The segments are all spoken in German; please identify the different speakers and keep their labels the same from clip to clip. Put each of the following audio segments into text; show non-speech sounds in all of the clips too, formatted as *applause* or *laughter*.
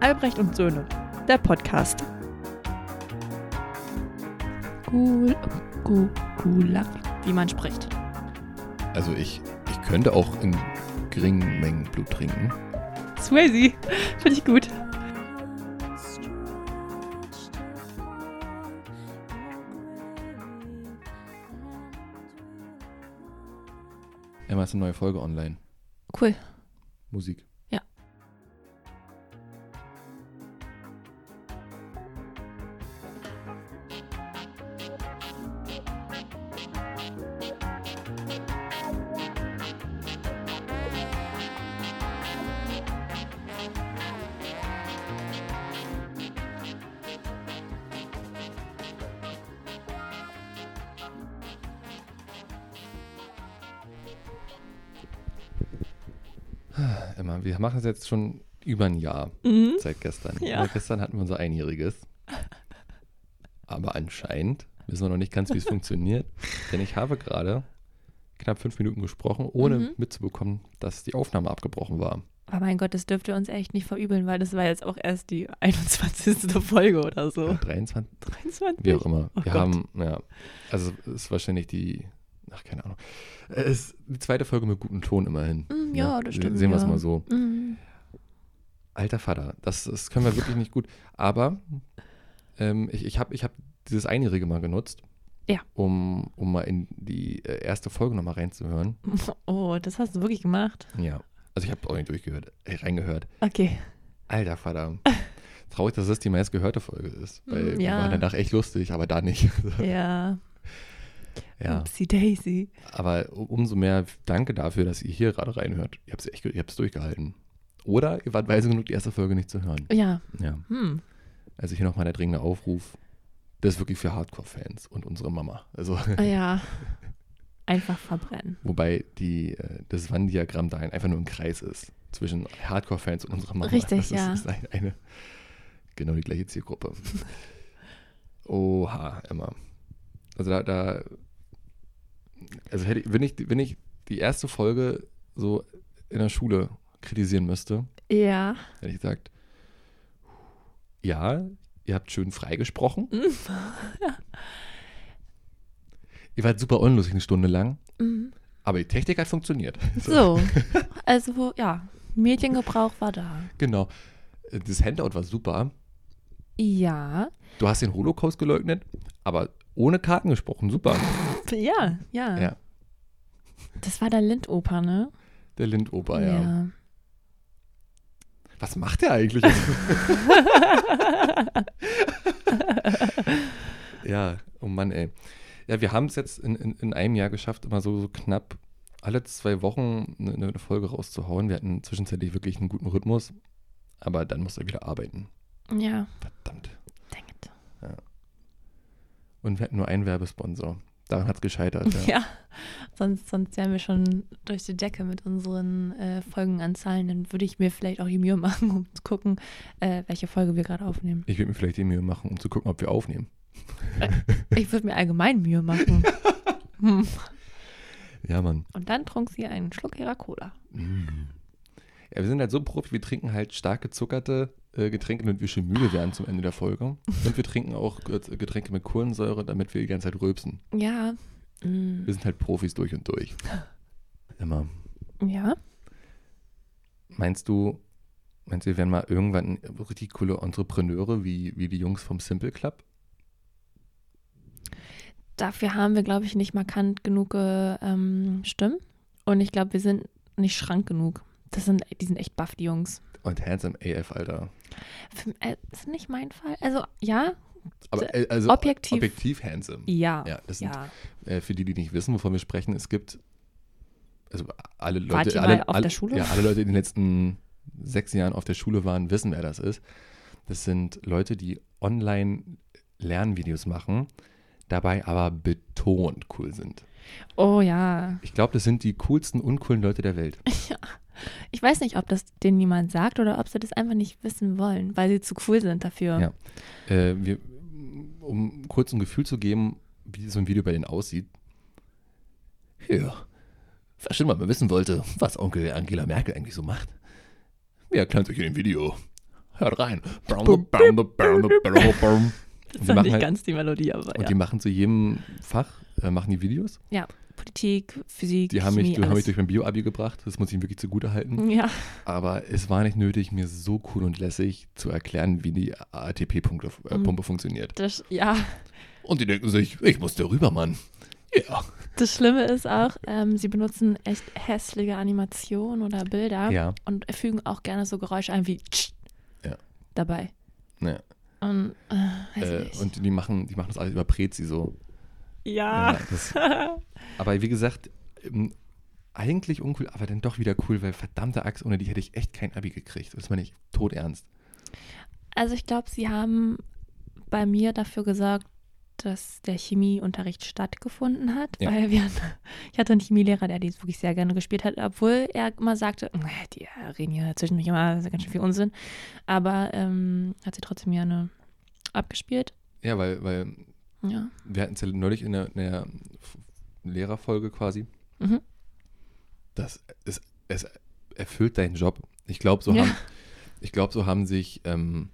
Speaker 1: Albrecht und Söhne, der Podcast.
Speaker 2: Gul, gu, Gulag, wie man spricht.
Speaker 3: Also ich, ich könnte auch in geringen Mengen Blut trinken.
Speaker 1: Swayze, finde ich gut.
Speaker 3: Emma ist eine neue Folge online.
Speaker 2: Cool.
Speaker 3: Musik.
Speaker 2: Ja.
Speaker 3: Äh, Emma, wir machen es jetzt schon über ein Jahr
Speaker 1: Mhm.
Speaker 3: seit gestern.
Speaker 1: Ja.
Speaker 3: Weil Gestern hatten wir unser Einjähriges. Aber anscheinend wissen wir noch nicht ganz, wie es funktioniert. Denn ich habe gerade knapp fünf Minuten gesprochen, ohne
Speaker 2: Mhm.
Speaker 3: mitzubekommen, dass die Aufnahme abgebrochen war.
Speaker 2: Aber mein Gott, das dürfte uns echt nicht verübeln, weil das war jetzt auch erst die 21. Folge oder so.
Speaker 3: 23,
Speaker 2: 23.
Speaker 3: Wie auch immer.
Speaker 2: Oh
Speaker 3: wir
Speaker 2: Gott.
Speaker 3: haben, ja, also es ist wahrscheinlich die, ach keine Ahnung, Äh, es ist die zweite Folge mit gutem Ton immerhin.
Speaker 2: Mm,
Speaker 3: ne?
Speaker 2: ja, das
Speaker 3: Se-
Speaker 2: stimmt,
Speaker 3: Sehen wir es
Speaker 2: ja.
Speaker 3: mal so.
Speaker 2: Mhm.
Speaker 3: Alter Vater, das, das können wir wirklich nicht gut. Aber ähm, ich, ich habe ich hab dieses Einjährige mal genutzt,
Speaker 2: Ja.
Speaker 3: um, um mal in die äh, erste Folge nochmal reinzuhören.
Speaker 2: Oh, das hast du wirklich gemacht.
Speaker 3: Ja. Also ich habe auch nicht durchgehört, äh, reingehört.
Speaker 2: Okay. *laughs*
Speaker 3: Alter Vater. Traurig, dass das die meistgehörte Folge ist. Weil
Speaker 2: Mm,
Speaker 3: wir
Speaker 2: ja.
Speaker 3: waren danach echt lustig, aber da nicht. *laughs*
Speaker 2: Ja.
Speaker 3: ja.
Speaker 2: Upsi Daisy.
Speaker 3: Aber u- umso mehr danke dafür, dass ihr hier gerade reinhört. Ihr habt es echt ge- ihr habt's durchgehalten. Oder ihr wart weise genug, die erste Folge nicht zu hören.
Speaker 2: Ja.
Speaker 3: Ja. *laughs*
Speaker 2: Hm.
Speaker 3: Also hier nochmal der dringende Aufruf. Das ist wirklich für Hardcore-Fans und unsere Mama. Also,
Speaker 2: Ah Ja. Einfach verbrennen.
Speaker 3: wobei die, äh, das Wann-Diagramm da einfach nur ein Kreis ist. Zwischen Hardcore-Fans und unserer Mama.
Speaker 2: Richtig,
Speaker 3: das ist,
Speaker 2: ja.
Speaker 3: Ist ein, eine, genau die
Speaker 2: *laughs*
Speaker 3: gleiche Zielgruppe. Oha, Emma. Also da, da also hätte ich, wenn ich, wenn ich die erste Folge so in der Schule kritisieren müsste,
Speaker 2: Ja.
Speaker 3: hätte ich gesagt, ja, ihr habt schön freigesprochen. *laughs* ihr wart super unlustig eine Stunde lang,
Speaker 2: Mhm.
Speaker 3: aber die Technik hat funktioniert. *laughs*
Speaker 2: So. Also, ja. Mediengebrauch war da.
Speaker 3: Genau. Das Handout war super.
Speaker 2: Ja.
Speaker 3: Du hast den Holocaust geleugnet, aber ohne Karten gesprochen. Super.
Speaker 2: Ja, ja.
Speaker 3: Ja.
Speaker 2: Das war der Lindoper, ne?
Speaker 3: Der Lindoper, ja. Was macht der eigentlich? ja, oh Mann, ey. Ja, wir haben es jetzt in, in, in einem Jahr geschafft, immer so, so knapp alle zwei Wochen eine, eine Folge rauszuhauen. Wir hatten zwischenzeitlich wirklich einen guten Rhythmus, aber dann musste er wieder arbeiten.
Speaker 2: Ja. ja.
Speaker 3: Verdammt.
Speaker 2: Dang it.
Speaker 3: Und wir hatten nur einen Werbesponsor. Daran hat es *laughs* gescheitert. Ja.
Speaker 2: Ja. Sonst, sonst wären wir schon durch die Decke mit unseren äh, Folgenanzahlen. Dann würde ich mir vielleicht auch die Mühe machen, um zu gucken, äh, welche Folge wir gerade aufnehmen.
Speaker 3: Ich würde mir vielleicht die Mühe machen, um zu gucken, ob wir aufnehmen.
Speaker 2: Ich würde mir allgemein Mühe
Speaker 3: *laughs*
Speaker 2: machen. Hm.
Speaker 3: Ja, Mann.
Speaker 2: Und dann trunk sie einen Schluck ihrer Cola.
Speaker 3: Mm. Ja, wir sind halt so Profi, wir trinken halt stark gezuckerte äh, Getränke, damit wir schön müde werden zum Ende der Folge. Und wir trinken auch äh, Getränke mit Kohlensäure, damit wir die ganze Zeit rülpsen.
Speaker 2: Ja. Mm.
Speaker 3: Wir sind halt Profis durch und durch. Immer.
Speaker 2: Ja.
Speaker 3: Meinst du, meinst du, wir werden mal irgendwann richtig coole Entrepreneure wie, wie die Jungs vom Simple Club?
Speaker 2: Dafür haben wir, glaube ich, nicht markant genug äh, ähm, Stimmen. Und ich glaube, wir sind nicht schrank genug. Das sind, die sind echt baff, die Jungs.
Speaker 3: Und Handsome AF, Alter.
Speaker 2: Für, äh, ist nicht mein Fall. Also, ja,
Speaker 3: Aber, äh, also
Speaker 2: Objektiv.
Speaker 3: objektiv Handsome.
Speaker 2: ja.
Speaker 3: Ja, das sind,
Speaker 2: ja.
Speaker 3: äh, für die, die nicht wissen, wovon wir sprechen, es gibt, also alle Leute,
Speaker 2: Wart ihr
Speaker 3: alle,
Speaker 2: mal auf
Speaker 3: alle,
Speaker 2: der Schule?
Speaker 3: Ja, alle Leute, die in den letzten sechs Jahren auf der Schule waren, wissen, wer das ist. Das sind Leute, die online Lernvideos machen, dabei aber betont cool sind.
Speaker 2: Oh ja.
Speaker 3: Ich glaube, das sind die coolsten, uncoolen Leute
Speaker 2: *laughs*
Speaker 3: der Welt.
Speaker 2: Ich weiß nicht, ob das denen niemand sagt oder ob sie das einfach nicht wissen wollen, weil sie zu cool sind dafür.
Speaker 3: Ja. Äh, wir, um kurz ein Gefühl zu geben, wie so ein Video bei denen aussieht. Ja. Was schon mal wissen wollte, was Onkel Angela Merkel eigentlich so macht. Ja, klärt euch in dem Video. Hört rein.
Speaker 1: Bum,
Speaker 3: Und
Speaker 2: *laughs* Das
Speaker 3: die
Speaker 2: war
Speaker 3: machen
Speaker 2: nicht
Speaker 3: halt,
Speaker 2: ganz die Melodie, aber
Speaker 3: und
Speaker 2: ja.
Speaker 3: die machen zu jedem Fach, äh, machen die Videos.
Speaker 2: Politik, Physik,
Speaker 3: Die haben mich,
Speaker 2: Chemie,
Speaker 3: die haben mich
Speaker 2: alles.
Speaker 3: durch mein Bio-Abi gebracht, das muss ich ihm wirklich zugutehalten.
Speaker 2: Ja,
Speaker 3: Aber es war nicht nötig, mir so cool und lässig zu erklären, wie die ATP-Pumpe äh,
Speaker 2: Mhm.
Speaker 3: Pumpe funktioniert.
Speaker 2: das, ja,
Speaker 3: Und die denken sich, ich muss da rüber, Mann. Ja.
Speaker 2: das Schlimme ist auch, ähm, sie benutzen echt hässliche Animationen oder Bilder
Speaker 3: Ja.
Speaker 2: und fügen auch gerne so Geräusche ein wie tsch
Speaker 3: Ja.
Speaker 2: dabei.
Speaker 3: Ja.
Speaker 2: Und, äh, weiß
Speaker 3: Äh,
Speaker 2: ich nicht.
Speaker 3: und die machen, die machen das alles über Prezi so.
Speaker 1: Ja.
Speaker 3: Ja, das, *laughs* aber wie gesagt, ähm, eigentlich uncool, aber dann doch wieder cool, weil verdammte Axt, ohne die hätte ich echt kein Abi gekriegt. Das meine ich tot ernst.
Speaker 2: Also ich glaube, sie haben bei mir dafür gesorgt, dass der Chemieunterricht stattgefunden hat,
Speaker 3: Ja.
Speaker 2: weil wir, ich hatte einen Chemielehrer, der dies wirklich sehr gerne gespielt hat, obwohl er immer sagte, "Nee, die äh, reden hier zwischendurch immer ganz schön viel Unsinn, aber ähm, hat sie trotzdem gerne abgespielt.
Speaker 3: Ja, weil, weil
Speaker 2: Ja.
Speaker 3: wir hatten es ja neulich in der, in der F- Lehrerfolge quasi.
Speaker 2: Mhm.
Speaker 3: Das ist, es erfüllt deinen Job. Ich glaube, so,
Speaker 2: Ja.
Speaker 3: haben- ich glaub, so haben sich ähm,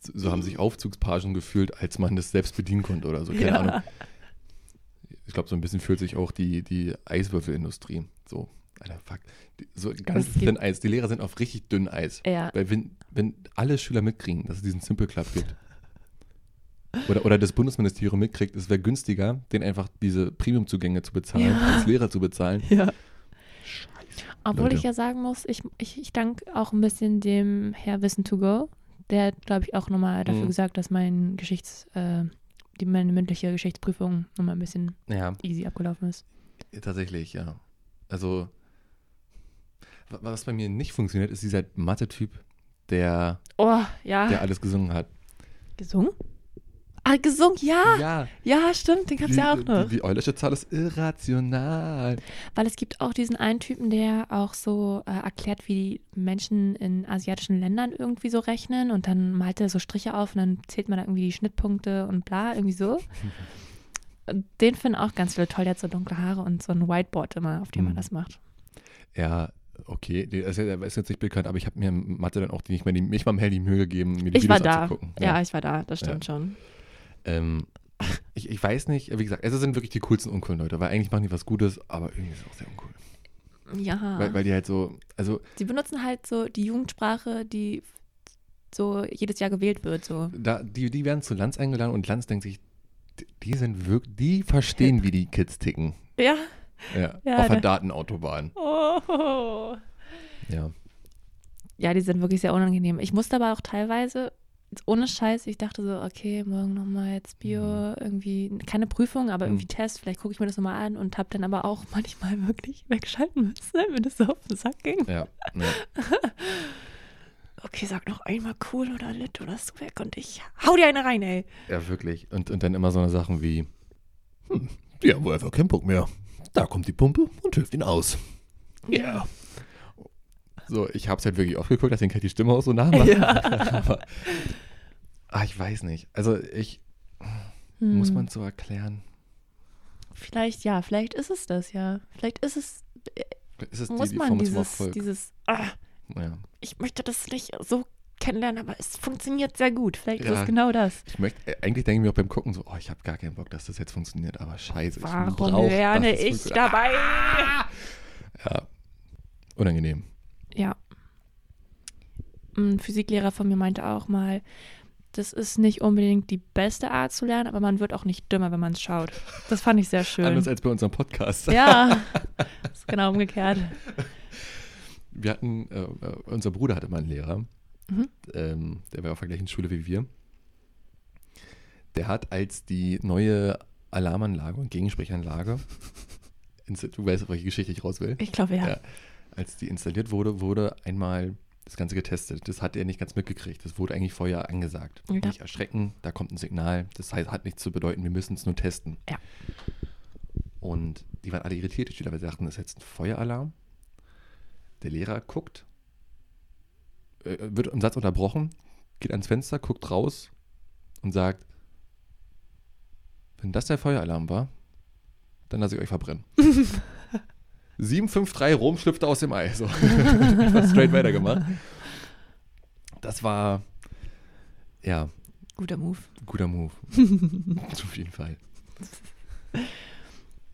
Speaker 3: so so haben sich Aufzugspagen gefühlt, als man das selbst bedienen konnte oder so. Keine
Speaker 2: Ja.
Speaker 3: Ahnung. Ich glaube, so ein bisschen fühlt sich auch die, die Eiswürfelindustrie. So, Alter, fuck. Die, so ganz
Speaker 2: es gibt-
Speaker 3: dünn Eis. Die Lehrer sind auf richtig dünn Eis.
Speaker 2: ja.
Speaker 3: Weil wenn, wenn alle Schüler mitkriegen, dass es diesen Simple Club gibt oder, oder das Bundesministerium mitkriegt, es wäre günstiger, den einfach diese Premium-Zugänge zu bezahlen,
Speaker 2: Ja.
Speaker 3: als Lehrer zu bezahlen.
Speaker 1: Ja.
Speaker 2: Obwohl
Speaker 3: Leute.
Speaker 2: ich ja sagen muss, ich, ich, ich danke auch ein bisschen dem Herr Wissen to go. Der hat, glaube ich, auch nochmal dafür
Speaker 3: Mhm.
Speaker 2: gesagt, dass mein Geschichts, äh, die, meine mündliche Geschichtsprüfung nochmal ein bisschen
Speaker 3: Ja,
Speaker 2: easy abgelaufen ist.
Speaker 3: tatsächlich, ja. Also, wa- was bei mir nicht funktioniert, ist dieser Mathe-Typ, der,
Speaker 2: Oh, ja.
Speaker 3: der alles gesungen hat.
Speaker 2: Gesungen? Ah, gesungen, ja.
Speaker 3: ja,
Speaker 2: Ja, stimmt, den gab es ja auch
Speaker 3: die,
Speaker 2: noch.
Speaker 3: Die, die Eulersche Zahl ist irrational.
Speaker 2: Weil es gibt auch diesen einen Typen, der auch so äh, erklärt, wie die Menschen in asiatischen Ländern irgendwie so rechnen und dann malt er so Striche auf und dann zählt man da irgendwie die Schnittpunkte und bla, irgendwie
Speaker 3: *laughs*
Speaker 2: so. Den finden auch ganz viele toll, der hat so dunkle Haare und so ein Whiteboard immer, auf dem man
Speaker 3: Mhm.
Speaker 2: das macht.
Speaker 3: Ja, okay, der ist, ja- der ist jetzt nicht bekannt, aber ich habe mir in Mathe dann auch die- nicht mal die, nicht mal mehr die Mühe gegeben, mir die
Speaker 2: Ich war
Speaker 3: Videos
Speaker 2: da.
Speaker 3: anzugucken.
Speaker 2: Ja. ich war da, das stimmt schon.
Speaker 3: Ähm, ich, ich weiß nicht, wie gesagt, es sind wirklich die coolsten uncoolen Leute, weil eigentlich machen die was Gutes, aber irgendwie ist es auch sehr uncool.
Speaker 2: Ja.
Speaker 3: Weil, weil die halt so, also
Speaker 2: die benutzen halt so die Jugendsprache, die so jedes Jahr gewählt wird. So.
Speaker 3: da, die, die werden zu Lanz eingeladen und Lanz denkt sich, die- die sind wirklich, die verstehen, wie die Kids ticken.
Speaker 2: Ja.
Speaker 3: Ja,
Speaker 2: *laughs* Ja,
Speaker 3: auf der
Speaker 2: ne.
Speaker 3: Datenautobahn.
Speaker 2: Oh.
Speaker 3: Ja.
Speaker 2: Ja, die sind wirklich sehr unangenehm. Ich musste aber auch teilweise, jetzt ohne Scheiß, ich dachte so, okay, morgen nochmal jetzt Bio, irgendwie keine Prüfung, aber irgendwie
Speaker 3: Mhm.
Speaker 2: Test, vielleicht gucke ich mir das nochmal an und habe dann aber auch *laughs* manchmal wirklich wegschalten müssen, wenn es so auf den Sack ging.
Speaker 3: Ja, ja.
Speaker 2: Okay, sag noch einmal cool oder lit oder so weg und ich hau dir eine rein, ey.
Speaker 3: ja, wirklich. Und, und dann immer so eine Sachen wie, hm, die haben wohl einfach keinen Bock mehr. Da kommt die Pumpe und hilft ihnen aus. Ja. So, ich habe es halt wirklich oft geguckt, deswegen kann ich die Stimme auch so nachmachen. *laughs* Aber, ah, ich weiß nicht. Also ich,
Speaker 2: Hm.
Speaker 3: muss man so erklären.
Speaker 2: Vielleicht, ja, vielleicht ist es das, ja. Vielleicht ist es,
Speaker 3: Ist es
Speaker 2: muss
Speaker 3: die, die
Speaker 2: man
Speaker 3: Formel zum
Speaker 2: dieses,
Speaker 3: Erfolg?
Speaker 2: dieses, ah,
Speaker 3: ja.
Speaker 2: ich möchte das nicht so kennenlernen, aber es funktioniert sehr gut. Vielleicht ist
Speaker 3: Ja.
Speaker 2: es genau das.
Speaker 3: Ich möchte, äh, eigentlich denke ich mir auch beim Gucken so, oh, ich habe gar keinen Bock, dass das jetzt funktioniert, aber scheiße. ich brauch,
Speaker 2: Warum
Speaker 3: dass
Speaker 2: lerne
Speaker 3: es
Speaker 2: ich
Speaker 3: funktioniert.
Speaker 2: dabei?
Speaker 3: Ah, unangenehm.
Speaker 2: Ja. Ein Physiklehrer von mir meinte auch mal, das ist nicht unbedingt die beste Art zu lernen, aber man wird auch nicht dümmer, wenn man es schaut. Das fand ich sehr schön.
Speaker 3: Anders als bei unserem
Speaker 2: *laughs*
Speaker 3: Podcast.
Speaker 2: Ja, ist genau umgekehrt.
Speaker 3: Wir hatten, äh, äh, unser Bruder hatte mal einen Lehrer,
Speaker 2: Mhm.
Speaker 3: ähm, der war auf der gleichen Schule wie wir. Der hat als die neue Alarmanlage und Gegensprechanlage, *laughs* ins- du weißt, auf welche Geschichte ich raus will,
Speaker 2: Ich glaube, ja.
Speaker 3: Ja. als die installiert wurde, wurde einmal das Ganze getestet. Das hat er nicht ganz mitgekriegt. Das wurde eigentlich vorher angesagt.
Speaker 2: Ja.
Speaker 3: Nicht erschrecken, da kommt ein Signal. Das heißt, hat nichts zu bedeuten, wir müssen es nur testen.
Speaker 2: Ja.
Speaker 3: Und die waren alle irritiert, die Schüler, weil sie dachten, das ist jetzt ein Feueralarm. Der Lehrer guckt, äh, wird im Satz unterbrochen, geht ans Fenster, guckt raus und sagt, wenn das der Feueralarm war, dann lasse ich euch verbrennen. *laughs* 753 Rom schlüpfte aus dem Ei. So. Einfach straight weitergemacht. Das war, ja,
Speaker 2: Guter Move.
Speaker 3: ein guter Move. Auf jeden Fall.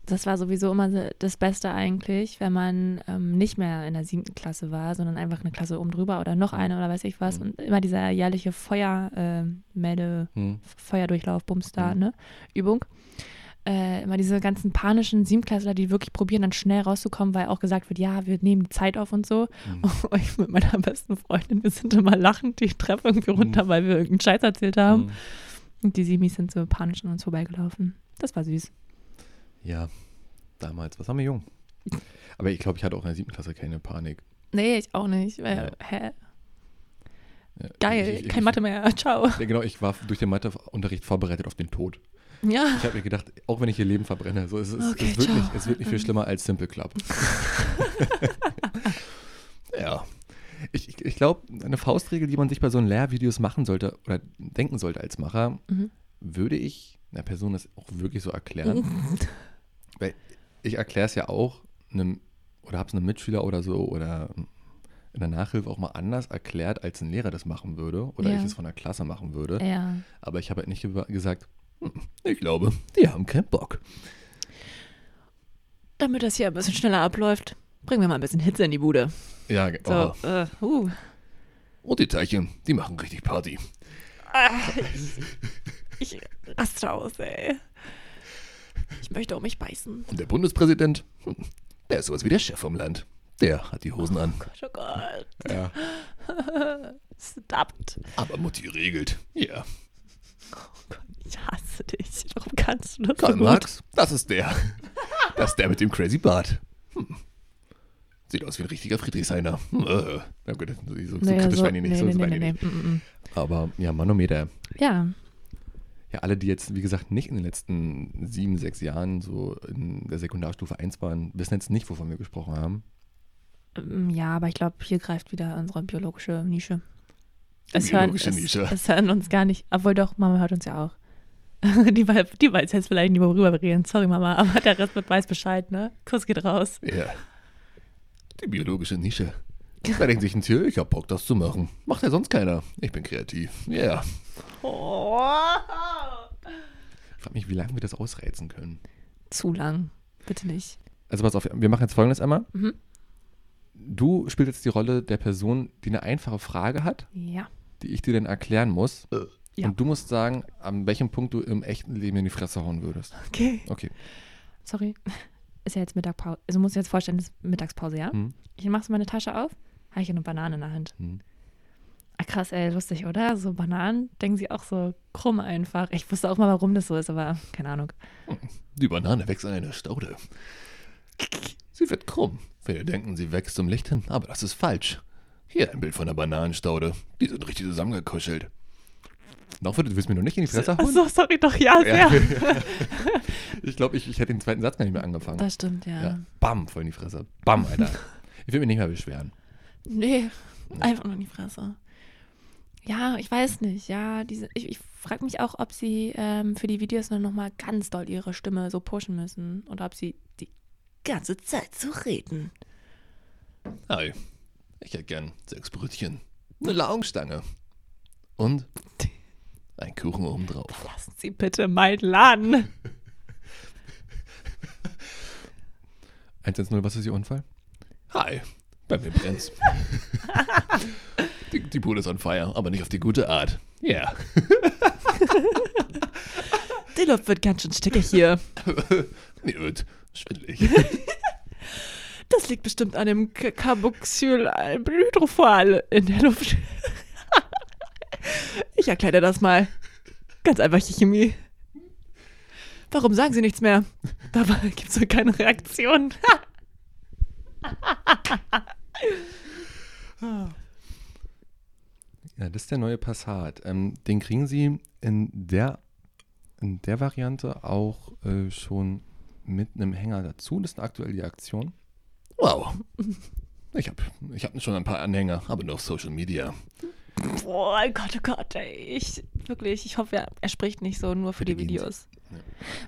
Speaker 2: Das war sowieso immer so das Beste eigentlich, wenn man ähm, nicht mehr in der siebten Klasse war, sondern einfach eine Klasse oben drüber oder noch eine oder weiß ich was.
Speaker 3: Mhm.
Speaker 2: Und immer dieser jährliche äh, Feuermelde,
Speaker 3: Hm.
Speaker 2: Feuerdurchlauf, Bumstar,
Speaker 3: Mhm.
Speaker 2: ne? Übung. Äh, immer diese ganzen panischen Siebenklässler, die wirklich probieren, dann schnell rauszukommen, weil auch gesagt wird, ja, wir nehmen die Zeit auf und so. *laughs*
Speaker 3: Mhm.
Speaker 2: Und ich mit meiner besten Freundin, wir sind immer lachend die Treppe irgendwie
Speaker 3: Mhm.
Speaker 2: runter, weil wir irgendeinen Scheiß erzählt haben.
Speaker 3: Hm.
Speaker 2: Und die Simis sind so panisch an uns vorbeigelaufen. Das war süß.
Speaker 3: Ja, damals. Was haben wir jung? Aber ich glaube, ich hatte auch in der siebten Klasse keine Panik.
Speaker 2: Nee, ich auch nicht. Weil,
Speaker 3: Ja.
Speaker 2: Hä?
Speaker 3: Ja,
Speaker 2: Geil,
Speaker 3: ich- ich-
Speaker 2: kein Mathe mehr. *laughs* Ciao.
Speaker 3: Ja, genau, ich war durch den Matheunterricht vorbereitet auf den Tod.
Speaker 2: Ja.
Speaker 3: Ich habe mir gedacht, auch wenn ich ihr Leben verbrenne, so es, ist,
Speaker 2: Okay,
Speaker 3: es, wird
Speaker 2: ciao. Mhm.
Speaker 3: nicht, es wird nicht viel schlimmer als
Speaker 2: *laughs*
Speaker 3: Simple Club. ja. Ich, ich, ich glaube, eine Faustregel, die man sich bei so Lehrvideos machen sollte oder denken sollte als Macher,
Speaker 2: Mhm.
Speaker 3: würde ich einer Person das auch wirklich so erklären. Ich erkläre es ja auch einem, oder habe es einem Mitschüler oder so oder in der Nachhilfe auch mal anders erklärt, als ein Lehrer das machen würde oder
Speaker 2: Ja. Äh.
Speaker 3: ich es von der Klasse machen würde.
Speaker 2: *laughs* ja.
Speaker 3: Aber ich habe halt nicht ge gesagt, hm, ich glaube, die haben keinen Bock.
Speaker 2: Damit das hier ein bisschen schneller abläuft, bringen wir mal ein bisschen Hitze in die Bude.
Speaker 3: Ja, ge-
Speaker 2: So, äh, uh.
Speaker 3: Und die Teilchen, die machen richtig Party.
Speaker 2: Ah, ich, ich raste aus, ey. Ich möchte um mich beißen.
Speaker 3: Und der Bundespräsident, hm, der ist sowas wie der Chef vom Land. Der hat die Hosen an.
Speaker 2: Gott, oh Gott.
Speaker 3: Ja.
Speaker 2: Stoppt.
Speaker 3: Aber Mutti regelt. Ja.
Speaker 2: Oh Gott, ich hasse dich. Warum kannst du das
Speaker 3: Karl
Speaker 2: so gut?
Speaker 3: Marx, das ist der. *laughs* Das ist der mit dem crazy Bart. Hm. Sieht aus wie ein richtiger Friedrichshainer. Hm, äh. Na gut, so, so
Speaker 2: Naja,
Speaker 3: kritisch
Speaker 2: so-
Speaker 3: waren die nicht.
Speaker 2: nee,
Speaker 3: so,
Speaker 2: nee,
Speaker 3: so waren
Speaker 2: nee,
Speaker 3: die
Speaker 2: nee,
Speaker 3: nicht.
Speaker 2: nee, mm, mm.
Speaker 3: Aber ja, Manometer.
Speaker 2: Ja,
Speaker 3: Ja, alle, die jetzt, wie gesagt, nicht in den letzten sieben, sechs Jahren so in der Sekundarstufe 1 waren, wissen jetzt nicht, wovon wir gesprochen haben.
Speaker 2: Ähm, Ja, aber ich glaube, hier greift wieder unsere biologische Nische. Es
Speaker 3: biologische
Speaker 2: hören,
Speaker 3: Nische.
Speaker 2: Es, es hören uns gar nicht. Obwohl doch, Mama hört uns ja auch. *laughs* Die, wei- die weiß jetzt vielleicht nicht, worüber wir reden. Sorry, Mama, aber der Rest wird weiß Bescheid, ne? Kuss geht raus.
Speaker 3: Ja. Die biologische Nische. Da denkt sich ein Tier, ich hab Bock, das zu machen. Macht ja sonst keiner. Ich bin kreativ. Ja. Yeah. Ich frage mich, wie lange wir das ausreizen können.
Speaker 2: Zu lang. Bitte nicht.
Speaker 3: Also pass auf, wir machen jetzt folgendes einmal.
Speaker 2: Mhm.
Speaker 3: Du spielst jetzt die Rolle der Person, die eine einfache Frage hat,
Speaker 2: Ja.
Speaker 3: die ich dir dann erklären muss.
Speaker 2: Ja.
Speaker 3: Und du musst sagen, an welchem Punkt du im echten Leben in die Fresse hauen würdest.
Speaker 2: Okay.
Speaker 3: Okay.
Speaker 2: Sorry. *laughs* Ist ja jetzt Mittagpause. Also muss ich jetzt vorstellen, es ist Mittagspause, ja?
Speaker 3: Hm.
Speaker 2: Ich mache so meine Tasche auf, habe ich eine Banane in der Hand.
Speaker 3: Hm.
Speaker 2: Ah, krass, ey, lustig, oder? So Bananen denken sie auch so krumm einfach. Ich wusste auch mal, warum das so ist, aber keine Ahnung.
Speaker 3: Die Banane wächst an einer Staude. Sie wird krumm. Viele denken, sie wächst zum Licht hin, aber das ist falsch. Hier ein Bild von einer Bananenstaude. Die sind richtig zusammengekuschelt. Noch wird, du willst mir noch nicht in die Fresse hauen?
Speaker 2: Achso, sorry, doch, ja,
Speaker 3: Ja.
Speaker 2: sehr.
Speaker 3: *laughs* Ich glaube, ich, ich hätte den zweiten Satz gar nicht mehr angefangen.
Speaker 2: Das stimmt, ja.
Speaker 3: ja. Bam, voll in die Fresse. Bam, Alter. Ich will mich nicht mehr beschweren.
Speaker 2: Nee, einfach nur in die Fresse. Ja, ich weiß nicht. Ja, diese, ich, ich frage mich auch, ob sie ähm, für die Videos dann nochmal ganz doll ihre Stimme so pushen müssen und ob sie die ganze Zeit so reden.
Speaker 3: Hi. Ich hätte gern sechs Brötchen. Eine Laugenstange. Und ein Kuchen obendrauf.
Speaker 2: Lassen Sie bitte meinen Laden.
Speaker 3: 110, was ist Ihr Unfall? Hi, bei mir *laughs* brennt's. die, die Bude ist on fire, aber nicht auf die gute Art. Ja.
Speaker 2: Die Luft wird ganz schön stickig hier.
Speaker 3: Mir wird schwindelig.
Speaker 2: Das liegt bestimmt an dem K- Carboxyl Hydrophal in der Luft. *laughs* Ich erkläre dir das mal. Ganz einfach die Chemie. Warum sagen sie nichts mehr? Dabei gibt es keine Reaktion.
Speaker 3: Ja, das ist der neue Passat. Ähm, den kriegen Sie in der, in der Variante auch äh, schon mit einem Hänger dazu. Das ist aktuell die Aktion. Wow. Ich habe ich hab schon ein paar Anhänger, aber nur auf Social Media.
Speaker 2: Oh Gott, oh Gott, ey. Ich, wirklich, ich hoffe, er, er spricht nicht so nur für
Speaker 3: Bitte
Speaker 2: die
Speaker 3: gehen Sie.
Speaker 2: Videos.
Speaker 3: Ja.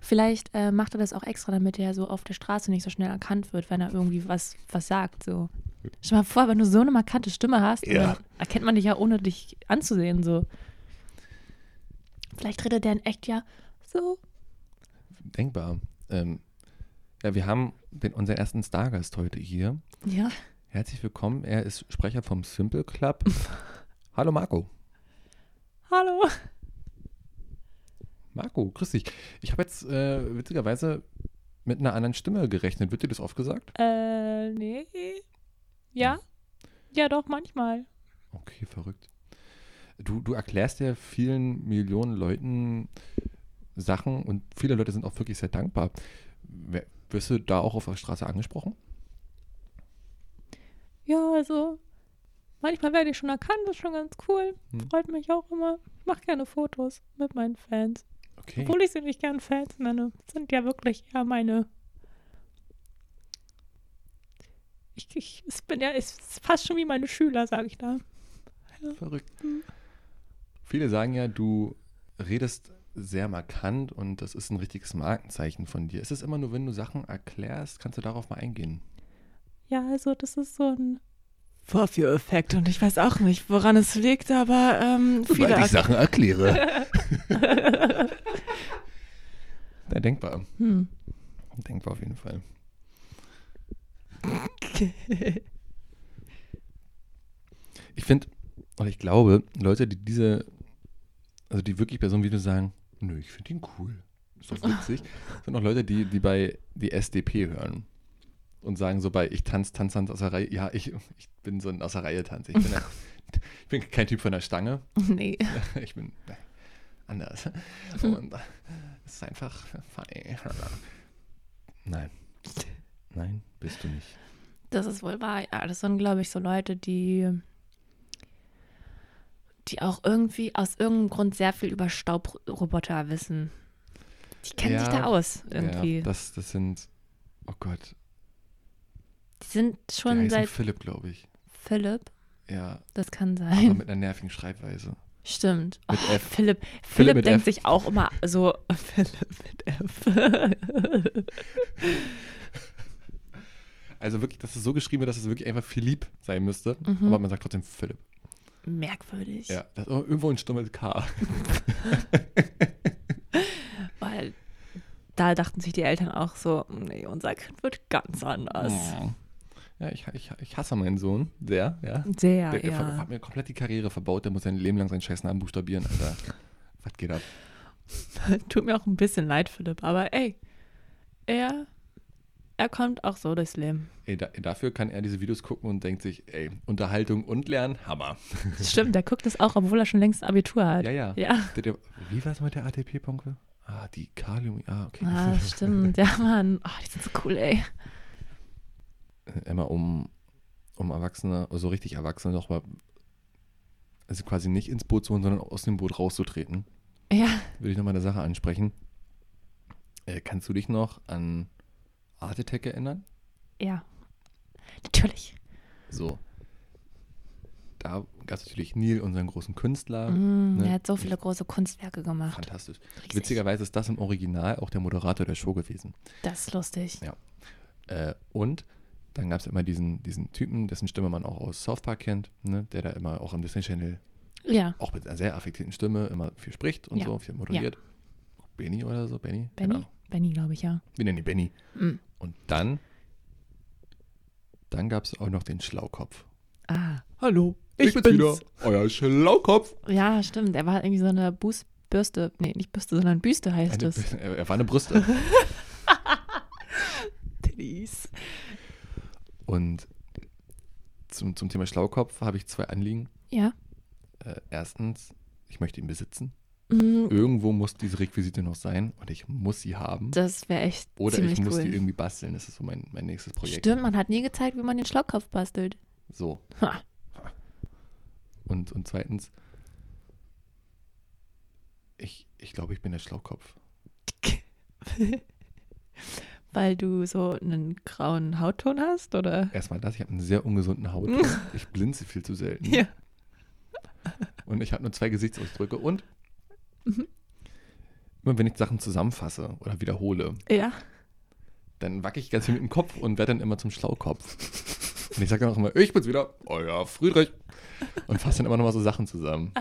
Speaker 2: Vielleicht äh, macht er das auch extra, damit er so auf der Straße nicht so schnell erkannt wird, wenn er irgendwie was, was sagt. So. Stell dir mal vor, wenn du so eine markante Stimme hast,
Speaker 3: Ja.
Speaker 2: dann erkennt man dich ja, ohne dich anzusehen. So. Vielleicht redet der in echt ja so.
Speaker 3: Denkbar. Ähm, ja, wir haben den, unseren ersten Stargast heute hier.
Speaker 2: Ja.
Speaker 3: Herzlich willkommen. Er ist Sprecher vom
Speaker 2: *laughs*
Speaker 3: Simple Club. Hallo Marco.
Speaker 2: Hallo.
Speaker 3: Marco, grüß dich. Ich habe jetzt äh, witzigerweise mit einer anderen Stimme gerechnet. Wird dir das oft gesagt?
Speaker 2: Äh, nee. Ja? Ja, doch, manchmal.
Speaker 3: Okay, verrückt. Du, du erklärst ja vielen Millionen Leuten Sachen und viele Leute sind auch wirklich sehr dankbar. Wer- Wirst du da auch auf der Straße angesprochen?
Speaker 2: Ja, also manchmal werde ich schon erkannt, das ist schon ganz cool.
Speaker 3: Hm.
Speaker 2: Freut mich auch immer. Ich mache gerne Fotos mit meinen Fans.
Speaker 3: Okay.
Speaker 2: Obwohl ich sie nicht gern Fans nenne, sind ja wirklich eher meine. Ich, ich es bin ja, es ist fast schon wie meine Schüler, sage ich da.
Speaker 3: Verrückt. Viele sagen ja, du redest sehr markant und das ist ein richtiges Markenzeichen von dir. Ist es immer nur, wenn du Sachen erklärst, kannst du darauf mal eingehen?
Speaker 2: Ja, also das ist so ein.
Speaker 1: Vorführeffekt und ich weiß auch nicht, woran es liegt, aber ähm, viele.
Speaker 3: Sachen erkläre. *laughs* Na, denkbar.
Speaker 2: Hm.
Speaker 3: Denkbar auf jeden Fall. Ich finde, oder ich glaube, Leute, die diese, also die wirklich bei so einem Video sagen, nö, ich finde ihn cool. Ist doch witzig. sind auch Leute, die, die bei die SDP hören und sagen so bei, ich tanze, tanze, tanze aus der Reihe. Ja, ich, ich bin so ein aus der Reihe Tanz. Ich bin, ja- ich bin kein Typ von der Stange.
Speaker 2: *laughs*
Speaker 3: *laughs*
Speaker 2: Nee.
Speaker 3: Ich bin äh, anders. Und es ist einfach funny. Nein. Nein, bist du nicht.
Speaker 2: Das ist wohl wahr. Ja, das sind, glaube ich, so Leute, die, die auch irgendwie aus irgendeinem Grund sehr viel über Staubroboter wissen. Die kennen sich
Speaker 3: Ja.
Speaker 2: da aus irgendwie.
Speaker 3: Ja, das, das sind, oh Gott,
Speaker 2: die sind
Speaker 3: die
Speaker 2: schon
Speaker 3: heißen
Speaker 2: seit
Speaker 3: Philipp, glaube ich.
Speaker 2: Philipp.
Speaker 3: Ja,
Speaker 2: Das kann
Speaker 3: aber
Speaker 2: sein.
Speaker 3: mit einer nervigen Schreibweise.
Speaker 2: Stimmt.
Speaker 3: Mit
Speaker 2: oh,
Speaker 3: F.
Speaker 2: Philipp, Philipp,
Speaker 3: mit
Speaker 2: denkt
Speaker 3: F.
Speaker 2: sich auch immer
Speaker 3: *laughs*
Speaker 2: so, Philipp mit F. *laughs*
Speaker 3: Also wirklich, das ist so geschrieben, dass es wirklich einfach Philipp sein müsste,
Speaker 2: Mhm.
Speaker 3: aber man sagt trotzdem Philipp.
Speaker 2: Merkwürdig.
Speaker 3: Ja, das ist auch irgendwo ein stummes K.
Speaker 2: Weil da dachten sich die Eltern auch so, nee, unser Kind wird ganz anders.
Speaker 3: Ja, ich, ich, ich hasse meinen Sohn sehr, ja.
Speaker 2: Sehr,
Speaker 3: der der
Speaker 2: ja.
Speaker 3: hat mir komplett die Karriere verbaut, der muss sein Leben lang seinen Scheißnamen buchstabieren, Alter. Was geht ab?
Speaker 2: *laughs* Tut mir auch ein bisschen leid, Philipp, aber ey, er, er kommt auch so durchs
Speaker 3: *laughs*
Speaker 2: Leben.
Speaker 3: Ey, da, dafür kann er diese Videos gucken und denkt sich, ey, Unterhaltung und Lernen, Hammer.
Speaker 2: Stimmt, der guckt es auch, obwohl er schon längst ein Abitur hat.
Speaker 3: Ja, ja.
Speaker 2: Ja,
Speaker 3: Der, der, wie war es mit der ATP-Punkte? Ah, die Kalium. Ah, okay.
Speaker 2: ah,
Speaker 3: *laughs*
Speaker 2: stimmt. Ja, Mann. Oh, die sind so cool, ey.
Speaker 3: Emma, um, um Erwachsene, also richtig Erwachsene nochmal, also quasi nicht ins Boot zu holen, sondern aus dem Boot rauszutreten,
Speaker 2: Ja,
Speaker 3: würde ich nochmal eine Sache ansprechen. Äh, kannst du dich noch an Art Attack erinnern?
Speaker 2: ja. Natürlich.
Speaker 3: So. Da gab es natürlich Neil, unseren großen Künstler.
Speaker 2: Mm,
Speaker 3: ne?
Speaker 2: Er hat so viele große Kunstwerke gemacht.
Speaker 3: Fantastisch.
Speaker 2: Riesig.
Speaker 3: Witzigerweise ist das im Original auch der Moderator der Show gewesen.
Speaker 2: Das ist lustig.
Speaker 3: Äh, und dann gab es immer diesen, diesen Typen, dessen Stimme man auch aus South Park kennt, ne? der da immer auch im Disney Channel,
Speaker 2: Ja,
Speaker 3: auch mit einer sehr affektierten Stimme, immer viel spricht und
Speaker 2: Ja.
Speaker 3: so, viel moderiert. Benny oder so, Benny? Keine
Speaker 2: Benny?
Speaker 3: Ahnung.
Speaker 2: Benny, glaube ich, ja.
Speaker 3: Wir nennen ihn Benny.
Speaker 2: Mm.
Speaker 3: Und dann, dann gab es auch noch den Schlaukopf.
Speaker 2: Ah.
Speaker 1: Hallo, ich, bin's.
Speaker 3: euer Schlaukopf.
Speaker 2: Ja, stimmt. Er war irgendwie so eine Buß Bürste. Nee, nicht Bürste, sondern Büste heißt
Speaker 3: Eine,
Speaker 2: es.
Speaker 3: er er war eine Brüste.
Speaker 1: Titties.
Speaker 3: Und zum, zum Thema Schlaukopf habe ich zwei Anliegen.
Speaker 2: Ja.
Speaker 3: Äh, erstens, ich möchte ihn besitzen.
Speaker 2: Mm,
Speaker 3: Irgendwo muss diese Requisite noch sein und ich muss sie haben.
Speaker 2: Das wäre echt
Speaker 3: Oder
Speaker 2: ziemlich
Speaker 3: ich muss die
Speaker 2: cool.
Speaker 3: irgendwie basteln. Das ist so mein, mein nächstes Projekt.
Speaker 2: Stimmt, man hat nie gezeigt, wie man den Schlauchkopf bastelt.
Speaker 3: So.
Speaker 2: Ha.
Speaker 3: Und, und zweitens, ich, ich glaube, ich bin der Schlaukopf.
Speaker 2: Weil du so einen grauen Hautton hast, oder?
Speaker 3: Erstmal das, ich habe einen sehr ungesunden Haut.
Speaker 2: *laughs*
Speaker 3: ich blinze viel zu selten.
Speaker 2: Ja.
Speaker 3: Und ich habe nur zwei Gesichtsausdrücke und
Speaker 2: Mhm.
Speaker 3: immer wenn ich Sachen zusammenfasse oder wiederhole,
Speaker 2: Ja.
Speaker 3: dann wacke ich ganz viel mit dem Kopf und werde dann immer zum Schlaukopf. Und ich sage dann auch immer, ich bin's wieder, euer Friedrich. Und fasse dann immer nochmal so Sachen zusammen.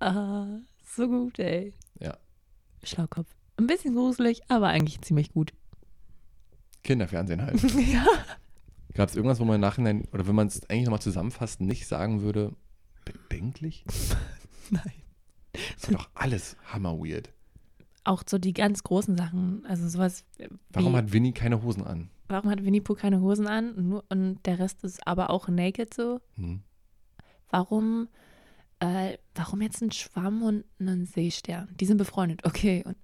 Speaker 2: Ah, so gut, ey.
Speaker 3: Ja.
Speaker 2: Schlaukopf. Ein bisschen gruselig, aber eigentlich ziemlich gut. *laughs*
Speaker 3: Kinderfernsehen halt.
Speaker 2: ja.
Speaker 3: Gab es irgendwas, wo man im Nachhinein, oder wenn man es eigentlich nochmal zusammenfasst, nicht sagen würde, bedenklich?
Speaker 2: *laughs* Nein.
Speaker 3: Das war doch alles hammerweird.
Speaker 2: Auch so die ganz großen Sachen, also sowas. äh, Wie,
Speaker 3: Warum hat Winnie keine Hosen an?
Speaker 2: warum hat Winnie Pooh keine Hosen an und, nur, und der Rest ist aber auch naked so?
Speaker 3: Hm.
Speaker 2: Warum, äh, warum jetzt ein Schwamm und ein Seestern? Die sind befreundet, okay. Und,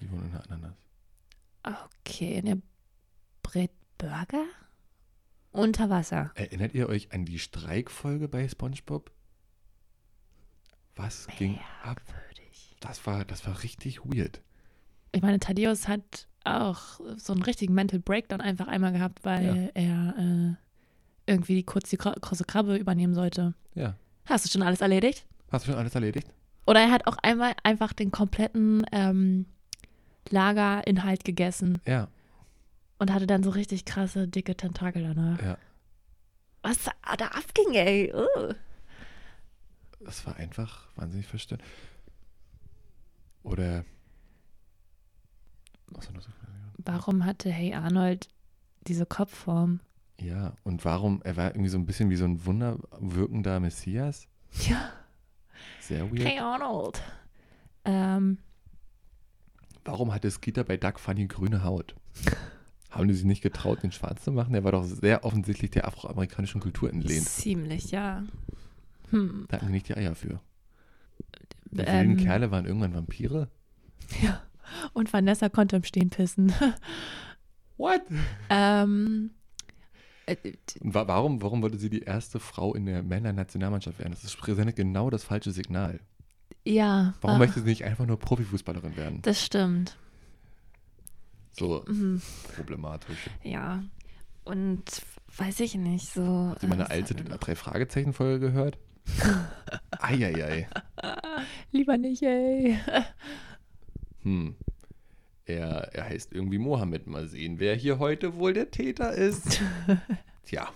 Speaker 3: Die wohnen in der Ananas.
Speaker 2: okay, und der brät Burger? Unter Wasser.
Speaker 3: Erinnert ihr euch an die Streikfolge bei SpongeBob? Was ging ab?
Speaker 2: Merkwürdig.
Speaker 3: Das war, das war richtig weird.
Speaker 2: Ich meine, Thaddeus hat auch so einen richtigen Mental Breakdown einfach einmal gehabt, weil er äh, irgendwie die- kurz die Kra- große Krabbe übernehmen sollte.
Speaker 3: Ja.
Speaker 2: Hast du schon alles erledigt?
Speaker 3: Hast du schon alles erledigt?
Speaker 2: Oder er hat auch einmal einfach den kompletten ähm, Lagerinhalt gegessen
Speaker 3: Ja.
Speaker 2: und hatte dann so richtig krasse, dicke Tentakel danach.
Speaker 3: Ja.
Speaker 2: Was da, da abging, ey. Ugh.
Speaker 3: Das war einfach wahnsinnig verstörend. Oder. Was war noch so?
Speaker 2: Warum hatte Hey Arnold diese Kopfform?
Speaker 3: Ja, und warum? Er war irgendwie so ein bisschen wie so ein wunderwirkender Messias.
Speaker 2: Ja.
Speaker 3: Sehr weird.
Speaker 2: Hey Arnold. Ähm,
Speaker 3: Warum hatte Skeeter bei Doug Funny grüne
Speaker 2: *laughs*
Speaker 3: Haut? Haben die sich nicht getraut, den schwarz zu machen? Der war doch sehr offensichtlich der afroamerikanischen Kultur entlehnt.
Speaker 2: ziemlich, ja. Hm.
Speaker 3: Da hatten die nicht die Eier für. Die
Speaker 2: ähm,
Speaker 3: wilden Kerle waren irgendwann Vampire?
Speaker 2: Ja. Und Vanessa konnte im Stehen pissen. *laughs*
Speaker 3: What?
Speaker 2: ähm, äh,
Speaker 3: Und wa warum, warum wollte sie die erste Frau in der Männernationalmannschaft werden? Das ist- präsentet genau das falsche Signal.
Speaker 2: ja.
Speaker 3: Warum
Speaker 2: ah,
Speaker 3: möchte sie nicht einfach nur Profifußballerin werden?
Speaker 2: Das stimmt.
Speaker 3: So
Speaker 2: Mhm.
Speaker 3: problematisch.
Speaker 2: Ja. Und weiß ich nicht, so.
Speaker 3: Habt ihr meine
Speaker 2: äh,
Speaker 3: alte Drei-Fragezeichen-Folge
Speaker 2: *laughs*
Speaker 3: gehört? Eieiei.
Speaker 2: Lieber nicht, ey.
Speaker 3: Hm. Er, er heißt irgendwie Mohammed. Mal sehen, wer hier heute wohl der Täter ist.
Speaker 2: *laughs*
Speaker 3: Tja,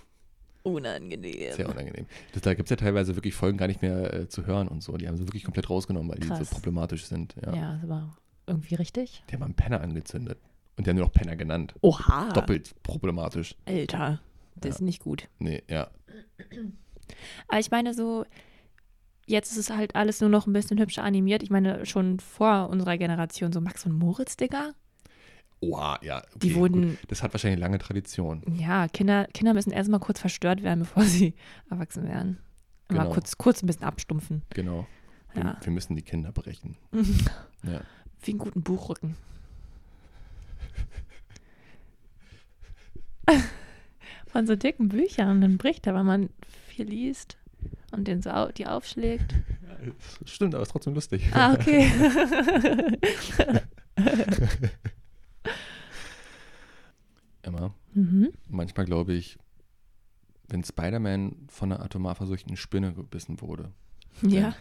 Speaker 2: Unangenehm.
Speaker 3: sehr unangenehm. Das, da gibt es ja teilweise wirklich Folgen gar nicht mehr äh, zu hören und so. Die haben sie wirklich komplett rausgenommen, weil die
Speaker 2: Krass.
Speaker 3: so problematisch sind. Ja.
Speaker 2: ja. das war irgendwie richtig.
Speaker 3: Die haben einen Penner angezündet. Und die haben ihn auch Penner genannt.
Speaker 2: Oha.
Speaker 3: Doppelt problematisch.
Speaker 2: Alter. Das ist nicht gut.
Speaker 3: Nee, ja.
Speaker 2: Aber ich meine, so. Jetzt ist es halt alles nur noch ein bisschen hübscher animiert. Ich meine, schon vor unserer Generation, so Max und Moritz, Digga.
Speaker 3: Oha, ja. Okay,
Speaker 2: Die wurden-
Speaker 3: Gut. Das hat wahrscheinlich lange Tradition.
Speaker 2: Ja, Kinder, Kinder müssen erstmal kurz verstört werden, *laughs* bevor sie erwachsen werden. Mal
Speaker 3: Genau.
Speaker 2: kurz, kurz ein bisschen abstumpfen.
Speaker 3: Genau. Wir,
Speaker 2: Ja.
Speaker 3: wir müssen die Kinder brechen. ja.
Speaker 2: Wie einen guten Buchrücken. *laughs* Von so dicken Büchern, dann bricht er, weil man viel liest und den so au die aufschlägt. *laughs*
Speaker 3: Stimmt, aber ist trotzdem lustig.
Speaker 2: Ah, okay. *laughs*
Speaker 3: Emma.
Speaker 2: mhm.
Speaker 3: Manchmal glaube ich, wenn Spider-Man von einer atomar verseuchten Spinne gebissen wurde,
Speaker 2: Ja,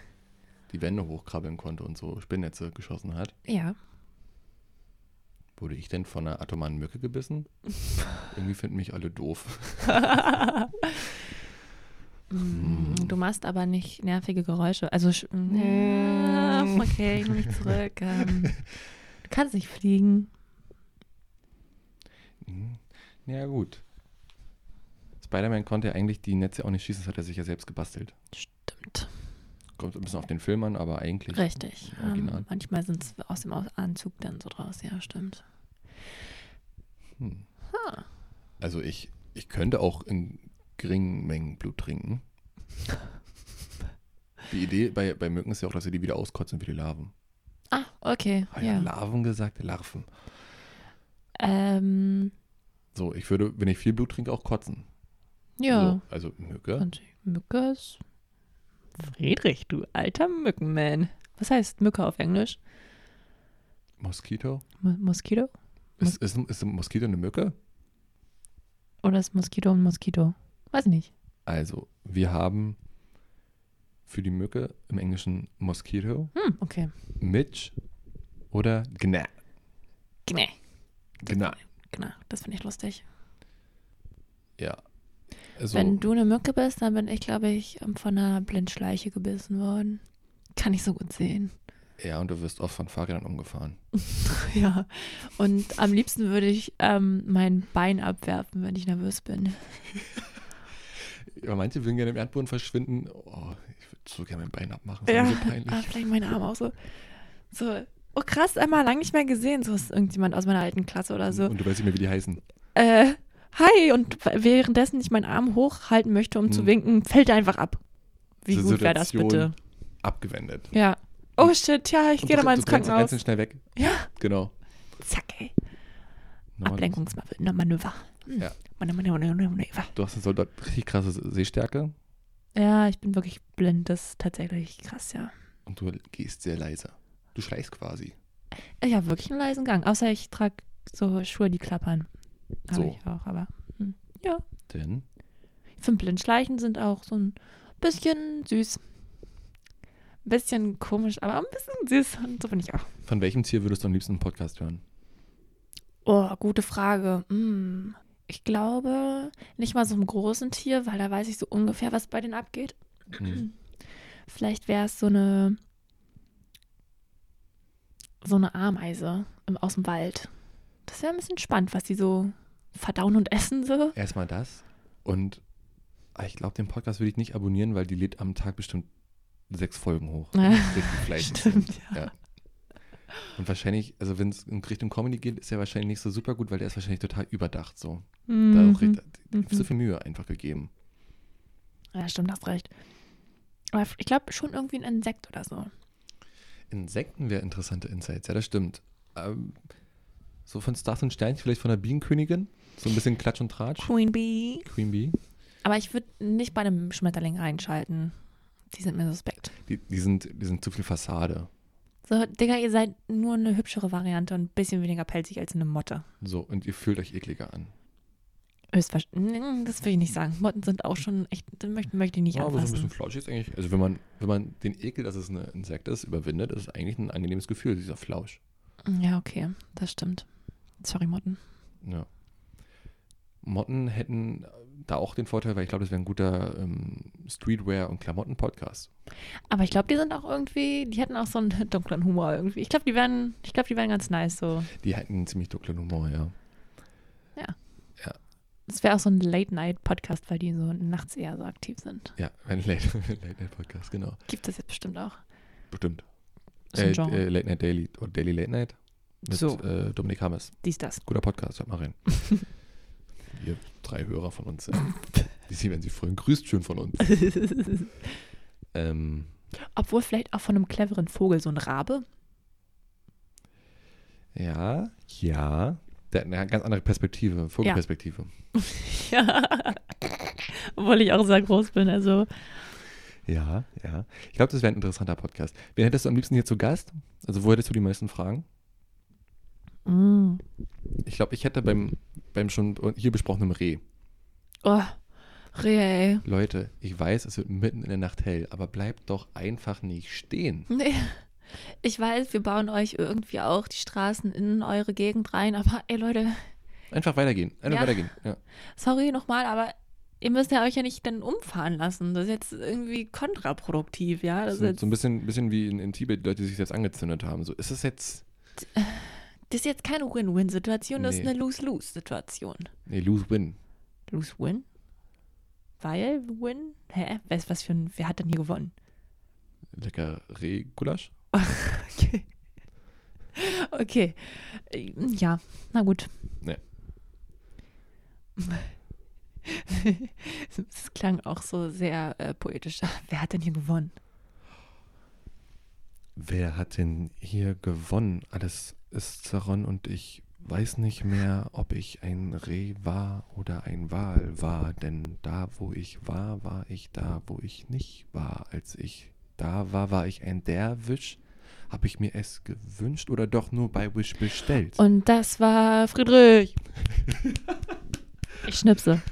Speaker 3: die Wände hochkrabbeln konnte und so Spinnnetze geschossen hat,
Speaker 2: ja.
Speaker 3: wurde ich denn von einer atomaren
Speaker 2: *laughs*
Speaker 3: Mücke gebissen? Irgendwie finden mich alle doof.
Speaker 2: Mm, Du machst aber nicht nervige Geräusche. Also, sch- Ja, okay, ich nehme *laughs* mich zurück. Ähm, du kannst nicht fliegen.
Speaker 3: Hm. Na Ja, gut. Spider-Man konnte ja eigentlich die Netze auch nicht schießen, das hat er sich ja selbst gebastelt.
Speaker 2: Stimmt.
Speaker 3: Kommt ein bisschen auf den Film an, aber eigentlich.
Speaker 2: Richtig.
Speaker 3: Im Original.
Speaker 2: Ähm, manchmal sind es aus dem Au- Anzug dann so draus. Ja, stimmt. Ah.
Speaker 3: Hm.
Speaker 2: Ha.
Speaker 3: Also ich, ich könnte auch in geringen Mengen Blut
Speaker 2: *laughs*
Speaker 3: trinken. Die Idee bei, bei Mücken ist ja auch, dass sie die wieder auskotzen wie die Larven.
Speaker 2: Ah, okay.
Speaker 3: Habe ich
Speaker 2: Ja.
Speaker 3: Larven gesagt? Larven.
Speaker 2: Ähm,
Speaker 3: So, ich würde, wenn ich viel Blut trinke, auch kotzen.
Speaker 2: ja.
Speaker 3: So, also Mücke.
Speaker 2: Und Mückes. Friedrich, du alter Mückenman. Was heißt Mücke auf Englisch?
Speaker 3: Moskito.
Speaker 2: Mo- Moskito?
Speaker 3: Ist, ist, ist ein Moskito eine Mücke?
Speaker 2: Oder ist Moskito und Moskito? Weiß nicht.
Speaker 3: Also, wir haben für die Mücke im Englischen Moskito,
Speaker 2: Hm, okay.
Speaker 3: Mitch oder Gna.
Speaker 2: Nee,
Speaker 3: Gna.
Speaker 2: genau. Das finde ich lustig.
Speaker 3: Ja. Also,
Speaker 2: Wenn du eine Mücke bist, dann bin ich, glaube ich, ähm, von einer Blindschleiche gebissen worden. Kann ich so gut sehen. *laughs*
Speaker 3: ja, und du wirst oft von Fahrrädern umgefahren.
Speaker 2: Ja. Und am liebsten würde ich ähm, mein Bein abwerfen, wenn ich nervös bin.
Speaker 3: Aber manche würden gerne im Erdboden verschwinden. Oh, ich würde so gerne mein Bein abmachen. Das
Speaker 1: Ja.
Speaker 3: ist mir so
Speaker 2: Ah,
Speaker 3: peinlich.
Speaker 2: vielleicht meine Arme auch so. So, oh krass, einmal lang nicht mehr gesehen. So ist irgendjemand aus meiner alten Klasse oder so.
Speaker 3: Und du weißt nicht mehr, wie die heißen.
Speaker 2: Äh, hi. Und währenddessen ich meinen Arm hochhalten möchte, um zu
Speaker 3: Hm.
Speaker 2: winken, fällt er einfach ab. Wie
Speaker 3: Diese
Speaker 2: gut wäre das bitte?
Speaker 3: Situation Abgewendet.
Speaker 2: Ja. Oh shit, ja, ich
Speaker 3: Und
Speaker 2: gehe
Speaker 3: du-
Speaker 2: da mal ins
Speaker 3: du rennst
Speaker 2: Krankenhaus.
Speaker 3: einzeln schnell weg.
Speaker 2: Ja,
Speaker 3: Genau.
Speaker 2: zack, ey.
Speaker 3: Nochmal-
Speaker 2: Ablenkungsmanöver. Hm.
Speaker 3: Ja.
Speaker 2: Manöver.
Speaker 3: Du hast eine Soldat richtig krasse Sehstärke
Speaker 2: Ja, ich bin wirklich blind. Das ist tatsächlich krass, ja.
Speaker 3: und du gehst sehr leise. Du schleichst quasi.
Speaker 2: Äh, Ja, wirklich einen leisen Gang. Außer ich trage so Schuhe, die klappern. Habe
Speaker 3: So.
Speaker 2: ich auch, aber
Speaker 3: Denn
Speaker 2: ich finde Blindschleichen sind auch so ein bisschen süß. Ein bisschen komisch, aber ein bisschen süß. Und so bin ich auch.
Speaker 3: von welchem Tier würdest du am liebsten einen
Speaker 2: *clears throat*
Speaker 3: Podcast hören?
Speaker 2: Oh, gute Frage. Hm. Ich glaube, nicht mal so einem großen Tier, weil da weiß ich so ungefähr, was bei denen abgeht.
Speaker 3: Hm.
Speaker 2: Vielleicht wäre es so eine so eine Ameise im, aus dem Wald. Das wäre ein bisschen spannend, was die so verdauen und essen so.
Speaker 3: Erstmal das und ah, ich glaube, den Podcast würde ich nicht abonnieren, weil die lädt am Tag bestimmt sechs Folgen hoch. Also
Speaker 2: *laughs* Ja.
Speaker 3: Richtig fleißig sind.
Speaker 2: Stimmt, ja.
Speaker 3: Und wahrscheinlich, also wenn es in Richtung Comedy geht, ist er wahrscheinlich nicht so super gut, weil der ist wahrscheinlich total überdacht so. Da
Speaker 2: Mhm.
Speaker 3: auch recht,
Speaker 2: Mhm.
Speaker 3: so viel Mühe einfach gegeben.
Speaker 2: ja, stimmt, hast recht. Aber ich glaube schon irgendwie ein Insekt oder so.
Speaker 3: Insekten wäre interessante Insights, ja, das stimmt. Ähm, so von Stars und Sternchen, vielleicht von der Bienenkönigin. So ein bisschen Klatsch und Tratsch.
Speaker 2: Queen Bee.
Speaker 3: Queen Bee.
Speaker 2: Aber ich würde nicht bei einem Schmetterling reinschalten. Die sind mir suspekt.
Speaker 3: Die, die, sind, die sind zu viel Fassade.
Speaker 2: So, Digga, ihr seid nur eine hübschere Variante und ein bisschen weniger pelzig als eine Motte.
Speaker 3: So, und ihr fühlt euch ekliger an.
Speaker 2: Höchstwahrscheinlich. Mm, Das will ich nicht sagen. Motten sind auch schon echt, das möchte, möchte ich nicht
Speaker 3: aber so ein bisschen
Speaker 2: anfassen.
Speaker 3: flauschig ist eigentlich. Also wenn man, wenn man den Ekel, dass es ein Insekt ist, überwindet, ist es eigentlich ein angenehmes Gefühl, dieser Flausch.
Speaker 2: Ja, okay, das stimmt. Sorry, Motten.
Speaker 3: Ja. Motten hätten da auch den Vorteil, weil ich glaube, das wäre ein guter ähm, Streetwear- und Klamotten-Podcast.
Speaker 2: Aber ich glaube, die sind auch irgendwie, die hatten auch so einen *laughs* dunklen Humor irgendwie. Ich glaube, die wären, ich glaube, die wären ganz nice so.
Speaker 3: Die hätten einen ziemlich dunklen Humor, ja.
Speaker 2: Das wäre auch so ein Late-Night-Podcast, weil die so nachts eher so aktiv sind.
Speaker 3: Ja, *laughs* ein Late- Late-Night-Podcast, genau.
Speaker 2: Gibt es jetzt bestimmt auch.
Speaker 3: Bestimmt.
Speaker 2: Ist ein
Speaker 3: Äh,
Speaker 2: Genre.
Speaker 3: äh, Late Night Daily oder Daily Late Night mit
Speaker 2: So.
Speaker 3: äh, Dominik Hammes.
Speaker 2: Dies,
Speaker 3: *laughs*
Speaker 2: das.
Speaker 3: Guter Podcast, hört
Speaker 2: *laughs*
Speaker 3: mal rein. Hier drei Hörer von uns. Äh, die sie, wenn sie freuen, grüßt schön
Speaker 2: *laughs*
Speaker 3: von uns. Ähm,
Speaker 2: Obwohl vielleicht auch von einem cleveren Vogel, so ein Rabe.
Speaker 3: ja, ja. Der hat eine ganz andere Perspektive, Vogelperspektive.
Speaker 2: *laughs* ja. Obwohl ich auch sehr groß bin, also.
Speaker 3: Ja, ja. Ich glaube, das wäre ein interessanter Podcast. Wen hättest du am liebsten hier zu Gast? Also, wo hättest du die meisten Fragen?
Speaker 2: Mm.
Speaker 3: Ich glaube, ich hätte beim, beim schon hier besprochenen Reh.
Speaker 2: Oh, Rehe, ey.
Speaker 3: Leute, ich weiß, es wird mitten in der Nacht hell, aber bleibt doch einfach nicht stehen.
Speaker 2: Nee. Ich weiß, wir bauen euch irgendwie auch die Straßen in eure Gegend rein, aber ey Leute,
Speaker 3: Einfach weitergehen. Einfach
Speaker 2: Ja.
Speaker 3: weitergehen. Ja.
Speaker 2: sorry nochmal, aber ihr müsst ja euch ja nicht dann umfahren lassen. Das ist jetzt irgendwie kontraproduktiv, ja? Das
Speaker 3: So,
Speaker 2: ist, jetzt,
Speaker 3: so ein bisschen, bisschen wie in, in Tibet, die Leute, die sich selbst angezündet haben. So, ist es jetzt.
Speaker 2: das ist jetzt keine Win-Win-Situation, das ist
Speaker 3: Nee.
Speaker 2: eine Lose-Lose-Situation.
Speaker 3: Nee, lose win.
Speaker 2: Lose-Win? Weil Win? Hä? Was, was für ein, wer hat denn hier gewonnen?
Speaker 3: Lecker Reh-Gulasch.
Speaker 2: Okay. Okay. Ähm, Ja, na gut. *laughs*
Speaker 3: Ja.
Speaker 2: Es klang auch so sehr äh, poetisch. Wer hat denn hier gewonnen?
Speaker 3: Wer hat denn hier gewonnen? Alles ist zerronnen und ich weiß nicht mehr, ob ich ein Reh war oder ein Wal war, denn da, wo ich war, war ich da, wo ich nicht war. Als ich da war, war ich ein Derwisch. Habe ich mir es gewünscht oder doch nur bei Wish bestellt?
Speaker 2: Und das war Friedrich. Ich schnipse.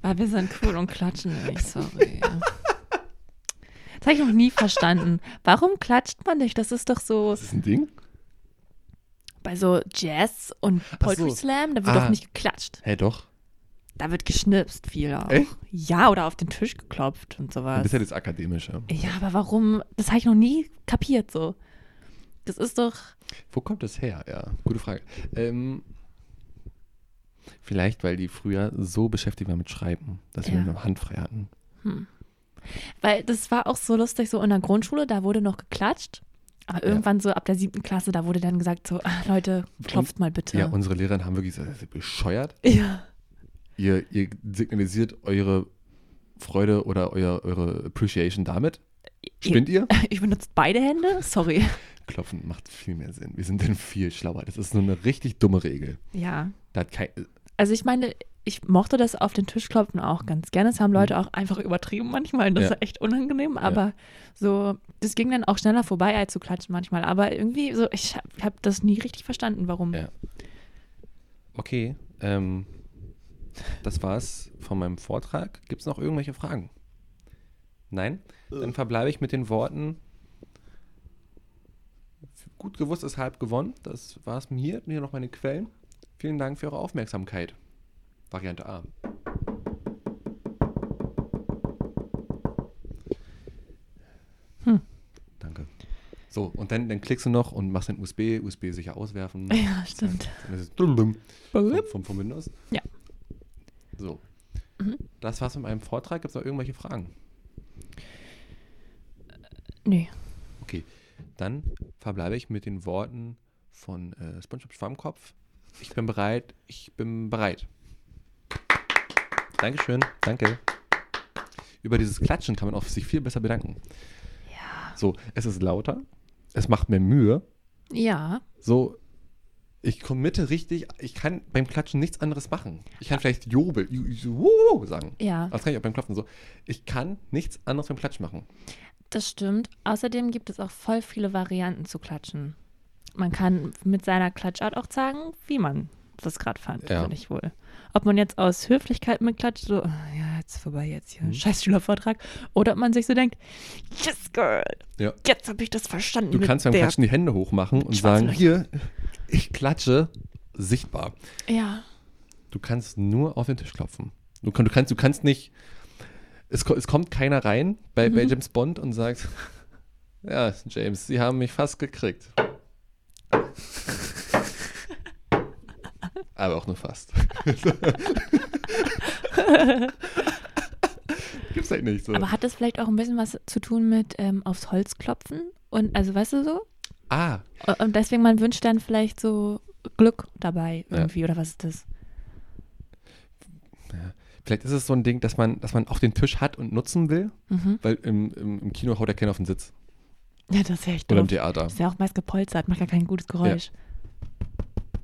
Speaker 2: Weil wir sind cool und klatschen nicht, sorry. Das habe ich noch nie verstanden. Warum klatscht man nicht? Das ist doch so.
Speaker 3: das ein Ding?
Speaker 2: Bei so Jazz und Poetry
Speaker 4: so.
Speaker 2: Slam, da wird
Speaker 4: Ah.
Speaker 2: doch nicht geklatscht.
Speaker 4: Hey, doch.
Speaker 2: Da wird geschnipst viel auch.
Speaker 4: Echt?
Speaker 2: Ja, oder auf den Tisch geklopft und
Speaker 4: Du
Speaker 2: sowas.
Speaker 4: bist ja das Akademische.
Speaker 2: Ja, aber warum? Das habe ich noch nie kapiert so. Das ist doch.
Speaker 4: Wo kommt das her? Ja, gute Frage. Ähm, vielleicht, weil die früher so beschäftigt waren mit Schreiben, dass wir
Speaker 2: Ja.
Speaker 4: nur noch handfrei hatten.
Speaker 2: Weil das war auch so lustig, so in der Grundschule, da wurde noch geklatscht. Aber irgendwann so ab der siebten Klasse, da wurde dann gesagt so, "Ah, Leute, klopft mal bitte.
Speaker 4: Ja, unsere Lehrerin haben wirklich gesagt, seid ihr bescheuert.
Speaker 2: ja.
Speaker 4: Ihr, ihr signalisiert eure Freude oder euer, eure Appreciation damit. Spinnt ihr?
Speaker 2: *laughs* Ich benutze beide Hände,
Speaker 4: *laughs*
Speaker 2: sorry.
Speaker 4: Klopfen macht viel mehr Sinn. Wir sind dann viel schlauer. Das ist nur eine richtig dumme Regel.
Speaker 2: Ja.
Speaker 4: Da hat kein,
Speaker 2: Also ich meine, ich mochte das auf den Tisch klopfen auch ganz gerne. Das haben Leute auch einfach übertrieben manchmal. Und das
Speaker 4: Mhm. Ja.
Speaker 2: war echt unangenehm. Aber so, das ging dann auch schneller vorbei als zu klatschen manchmal. Aber irgendwie, so, ich habe hab das nie richtig verstanden, warum.
Speaker 4: Ja. Okay, ähm, das war's von meinem Vortrag. Gibt es noch irgendwelche Fragen? Nein? Dann verbleibe ich mit den Worten. Gut gewusst ist halb gewonnen. Das war's mir. Hier, hier noch meine Quellen. Vielen Dank für eure Aufmerksamkeit. Variante A.
Speaker 2: Hm.
Speaker 4: Danke. So, und dann, dann klickst du noch und machst den USB, USB sicher auswerfen.
Speaker 2: *laughs* Ja, *laughs* stimmt.
Speaker 4: Und das ist vom, vom, vom Windows?
Speaker 2: Ja. Mhm.
Speaker 4: So. Das war's mit meinem Vortrag. Gibt es noch irgendwelche Fragen?
Speaker 2: Nö.
Speaker 4: Okay. Dann verbleibe ich mit den Worten von äh, SpongeBob Schwammkopf. Ich bin bereit. Ich bin bereit. Dankeschön. Danke. Über dieses Klatschen kann man auch sich viel besser bedanken.
Speaker 2: Ja.
Speaker 4: So, es ist lauter. Es macht mir Mühe.
Speaker 2: Ja.
Speaker 4: So, ich committe richtig. Ich kann beim Klatschen nichts anderes machen. Ich kann vielleicht Jubel, ju- ju- wuhu sagen.
Speaker 2: Ja,
Speaker 4: Das kann ich auch beim Klopfen so. Ich kann nichts anderes beim Klatschen machen.
Speaker 2: das stimmt. Außerdem gibt es auch voll viele Varianten zu klatschen. Man kann mit seiner Klatschart auch sagen, wie man das gerade fand,
Speaker 4: Ja.
Speaker 2: finde ich wohl. Ob man jetzt aus Höflichkeit mitklatscht, so, "Ah, ja, jetzt vorbei jetzt
Speaker 4: Mhm.
Speaker 2: hier, scheiß Schülervortrag, oder ob man sich so denkt, yes, girl,
Speaker 4: Ja.
Speaker 2: jetzt habe ich das verstanden.
Speaker 4: Du
Speaker 2: mit
Speaker 4: kannst beim
Speaker 2: der.
Speaker 4: Klatschen die Hände hochmachen und
Speaker 2: Schwarzen
Speaker 4: sagen, hier, ich klatsche sichtbar.
Speaker 2: Ja,
Speaker 4: Du kannst nur auf den Tisch klopfen. Du, kann, du, kannst, du kannst nicht, es, ko- es kommt keiner rein bei, bei
Speaker 2: Mhm.
Speaker 4: James Bond und sagt, *laughs* ja, James, Sie haben mich
Speaker 2: *laughs*
Speaker 4: fast gekriegt. Aber auch nur
Speaker 2: *laughs*
Speaker 4: fast. *laughs* Gibt's halt nicht so.
Speaker 2: aber hat das vielleicht auch ein bisschen was zu tun mit ähm, aufs Holz klopfen? Und also, weißt du so?
Speaker 4: ah,
Speaker 2: Und- Und deswegen, man wünscht dann vielleicht so Glück dabei
Speaker 4: Ja.
Speaker 2: irgendwie, oder was ist das?
Speaker 4: Vielleicht ist es so ein Ding, dass man, dass man auch den Tisch hat und nutzen will,
Speaker 2: Mhm.
Speaker 4: weil im, im, im Kino haut der keiner auf den Sitz
Speaker 2: Ja, das ist ja echt
Speaker 4: oder
Speaker 2: doof.
Speaker 4: im Theater
Speaker 2: Ist ja auch meist gepolstert, macht ja kein gutes Geräusch.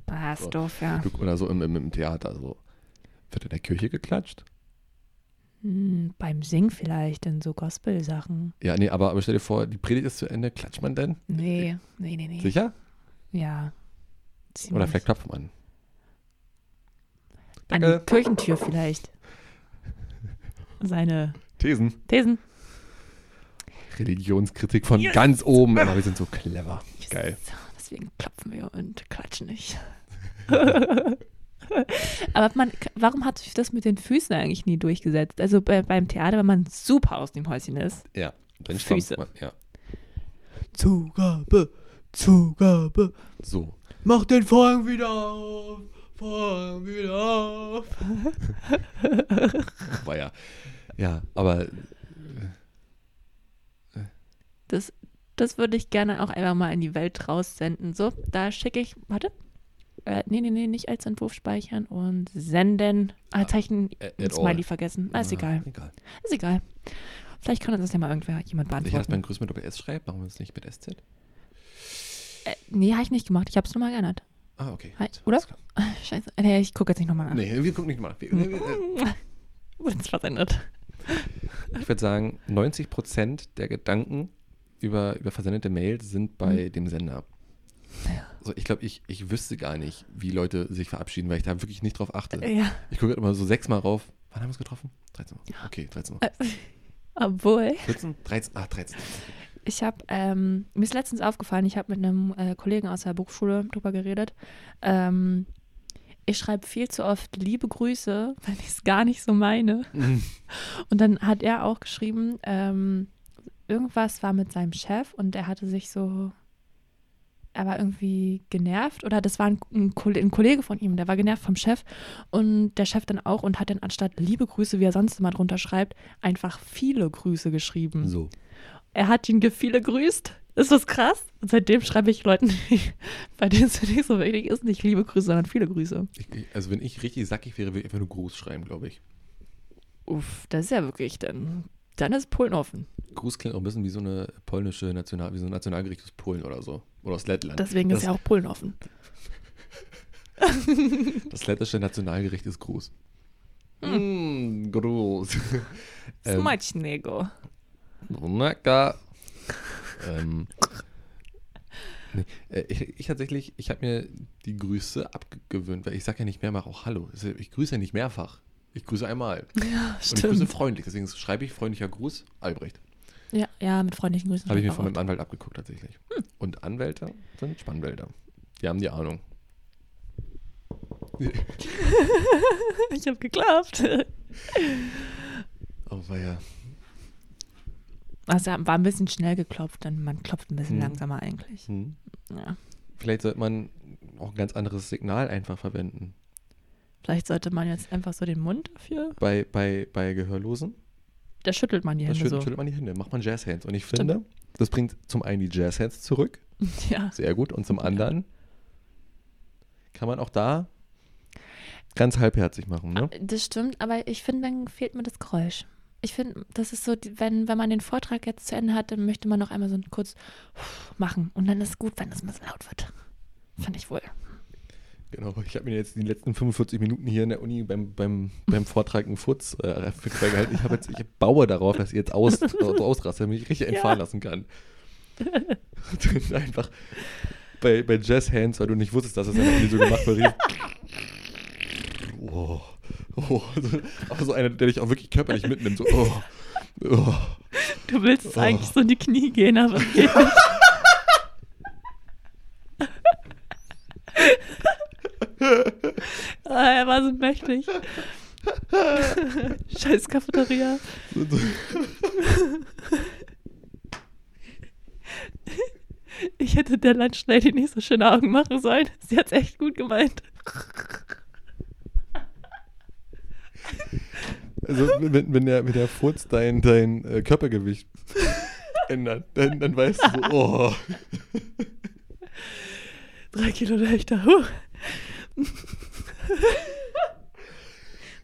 Speaker 2: Ah, ist
Speaker 4: So.
Speaker 2: doof, ja.
Speaker 4: Du- oder so im, im, im Theater. So. Wird in der Kirche geklatscht?
Speaker 2: Hm, beim Singen vielleicht, in so Gospel-Sachen.
Speaker 4: Ja, nee, aber, aber stell dir vor, die Predigt ist zu Ende, klatscht man denn?
Speaker 2: Nee, nee, nee, nee.
Speaker 4: Sicher?
Speaker 2: Ja. Ziemlich.
Speaker 4: Oder vielleicht klopft man.
Speaker 2: An
Speaker 4: Danke.
Speaker 2: die Kirchentür vielleicht. Seine
Speaker 4: Thesen.
Speaker 2: Thesen.
Speaker 4: Religionskritik von ganz oben. Aber wir sind so clever. Geil.
Speaker 2: So, Deswegen klopfen wir und klatschen nicht. *laughs* Aber man, warum hat sich das mit den Füßen eigentlich nie durchgesetzt? Also bei, beim Theater, wenn man super aus dem Häuschen ist.
Speaker 4: Ja. Dann
Speaker 2: Füße.
Speaker 4: stampft Man, ja.
Speaker 3: Zugabe, Zugabe,
Speaker 4: So.
Speaker 3: mach den Vorhang wieder auf, Vorhang wieder auf. *laughs*
Speaker 4: War ja. Ja, aber
Speaker 2: Das, das würde ich gerne auch einfach mal in die Welt raussenden. So, da schicke ich, warte. Äh, nee, nee, nee, nicht als Entwurf speichern und senden. Ah, jetzt habe ich ein
Speaker 3: äh,
Speaker 4: At-
Speaker 2: ein
Speaker 4: at all.
Speaker 2: Smiley vergessen. Na, ist
Speaker 4: Ah,
Speaker 2: egal.
Speaker 4: egal.
Speaker 2: Ist egal. Vielleicht kann uns das ja mal irgendwer jemand
Speaker 4: Sicher, dass man
Speaker 2: beantworten.
Speaker 4: Grüß mit Doppel-S schreibt, machen wir es nicht mit SZ?
Speaker 2: Äh, nee, habe ich nicht gemacht. Ich habe es nochmal geändert.
Speaker 4: Ah, okay.
Speaker 2: Hi, oder? *laughs* Scheiße. Nee, ich gucke jetzt nicht nochmal an.
Speaker 4: Nee, wir gucken nicht mal. Wir, wir,
Speaker 3: äh,
Speaker 4: wir,
Speaker 2: Wenn es was ändert.
Speaker 4: *laughs* ich würde sagen, 90 Prozent der Gedanken über, über versendete Mails sind bei dem Sender. So, ich glaube, ich, ich wüsste gar nicht, wie Leute sich verabschieden, weil ich da wirklich nicht
Speaker 2: *laughs*
Speaker 4: drauf achte.
Speaker 2: Ja.
Speaker 4: Ich gucke halt immer so sechsmal rauf. Wann haben wir uns getroffen? 13 Uhr. Okay, 13 Uhr.
Speaker 2: Obwohl,
Speaker 4: 14? 13? Ah, 13.
Speaker 2: Ich habe, ähm, mir ist letztens aufgefallen, ich habe mit einem äh, Kollegen aus der Berufsschule drüber geredet. Ähm, ich schreibe viel zu oft liebe Grüße, *laughs* weil ich es gar nicht so meine. *laughs* Und dann hat er auch geschrieben, ähm, irgendwas war mit seinem Chef und er hatte sich so, er war irgendwie genervt oder das war ein, ein, Kolle- ein Kollege von ihm, der war genervt vom Chef und der Chef dann auch und hat dann anstatt liebe Grüße, wie er sonst immer drunter schreibt, einfach viele Grüße geschrieben.
Speaker 3: So.
Speaker 2: Er hat ihn ge- viele grüßt. Ist das krass? Und seitdem schreibe ich Leuten, *laughs* bei denen es nicht so wichtig ist, nicht liebe Grüße, sondern viele Grüße.
Speaker 3: Ich, ich, also, wenn ich richtig sackig wäre, würde ich einfach nur Gruß schreiben, glaube ich.
Speaker 2: Uff, das ist ja wirklich dann. Dann ist Polen offen.
Speaker 3: Gruß klingt auch ein bisschen wie so eine polnische National, wie so ein Nationalgericht aus Polen oder so. Oder aus Lettland.
Speaker 2: Deswegen
Speaker 3: das,
Speaker 2: ist ja auch Polen offen.
Speaker 3: Das lettische Nationalgericht ist Gruß.
Speaker 2: Hm.
Speaker 3: Mm, Gruß. Ähm,
Speaker 2: Smacznego.
Speaker 3: Lecker. ähm, nee, äh, ich, ich tatsächlich, ich habe mir die Grüße abgewöhnt, weil ich sage ja nicht mehrmals auch Hallo. Also Ich grüße ja nicht mehrfach. Ich grüße einmal. Und ich grüße
Speaker 2: Stimmt.
Speaker 3: freundlich, deswegen schreibe ich freundlicher Gruß Albrecht.
Speaker 2: Ja, ja, Hm. mit freundlichen Grüßen.
Speaker 3: Habe ich mir
Speaker 2: auch.
Speaker 3: von meinem Anwalt abgeguckt tatsächlich. Und Anwälte sind Spannwälder. Die haben die Ahnung.
Speaker 2: *laughs* Ich habe geklappt.
Speaker 3: Oh, ja.
Speaker 2: *laughs* Also war ein bisschen schnell geklopft, dann man klopft ein bisschen
Speaker 3: Mhm.
Speaker 2: langsamer eigentlich.
Speaker 3: Hm.
Speaker 2: Ja.
Speaker 3: Vielleicht sollte man auch ein ganz anderes Signal einfach verwenden.
Speaker 2: Vielleicht sollte man jetzt einfach so den Mund dafür.
Speaker 3: Bei, bei, bei Gehörlosen,
Speaker 2: Da schüttelt man die
Speaker 3: da
Speaker 2: Hände so.
Speaker 3: schüttelt, schüttelt man die Hände, macht man Jazzhands. Und ich finde, das bringt zum einen die Jazzhands zurück,
Speaker 2: *laughs* Ja.
Speaker 3: sehr gut, und zum anderen kann man auch da ganz halbherzig machen. Ne?
Speaker 2: Ah, Das stimmt, aber ich finde, dann fehlt mir das Geräusch. Ich finde, das ist so, die- wenn, wenn man den Vortrag jetzt zu Ende hat, dann möchte man noch einmal so ein kurz machen. Und dann ist gut, wenn das ein bisschen laut wird. Fand ich wohl.
Speaker 3: Genau, ich habe mir jetzt die letzten 45 Minuten hier in der Uni beim, beim, beim Vortrag einen Furz äh, für quer gehalten. Ich, hab jetzt, ich baue darauf, dass ihr jetzt aus, so ausrastet, damit ich richtig entfahren lassen kann. *laughs* Und dann einfach bei, bei Jazz Hands, weil du nicht wusstest, dass das in der Uni so gemacht wird. richtig- Oh, oh, *laughs* so, aber so einer, der dich auch wirklich körperlich mitnimmt. So, oh, oh.
Speaker 2: Du willst
Speaker 3: Oh. eigentlich
Speaker 2: so in die Knie gehen, aber Ah, er war so mächtig. Scheiß Cafeteria. Ich hätte der Landschneide nicht so schöne Augen machen sollen. Sie hat's echt gut gemeint.
Speaker 3: Also, wenn, wenn, der, wenn der Furz dein, dein äh, Körpergewicht ändert, dann, dann weißt du so, oh.
Speaker 2: Drei Kilo leichter. Huh.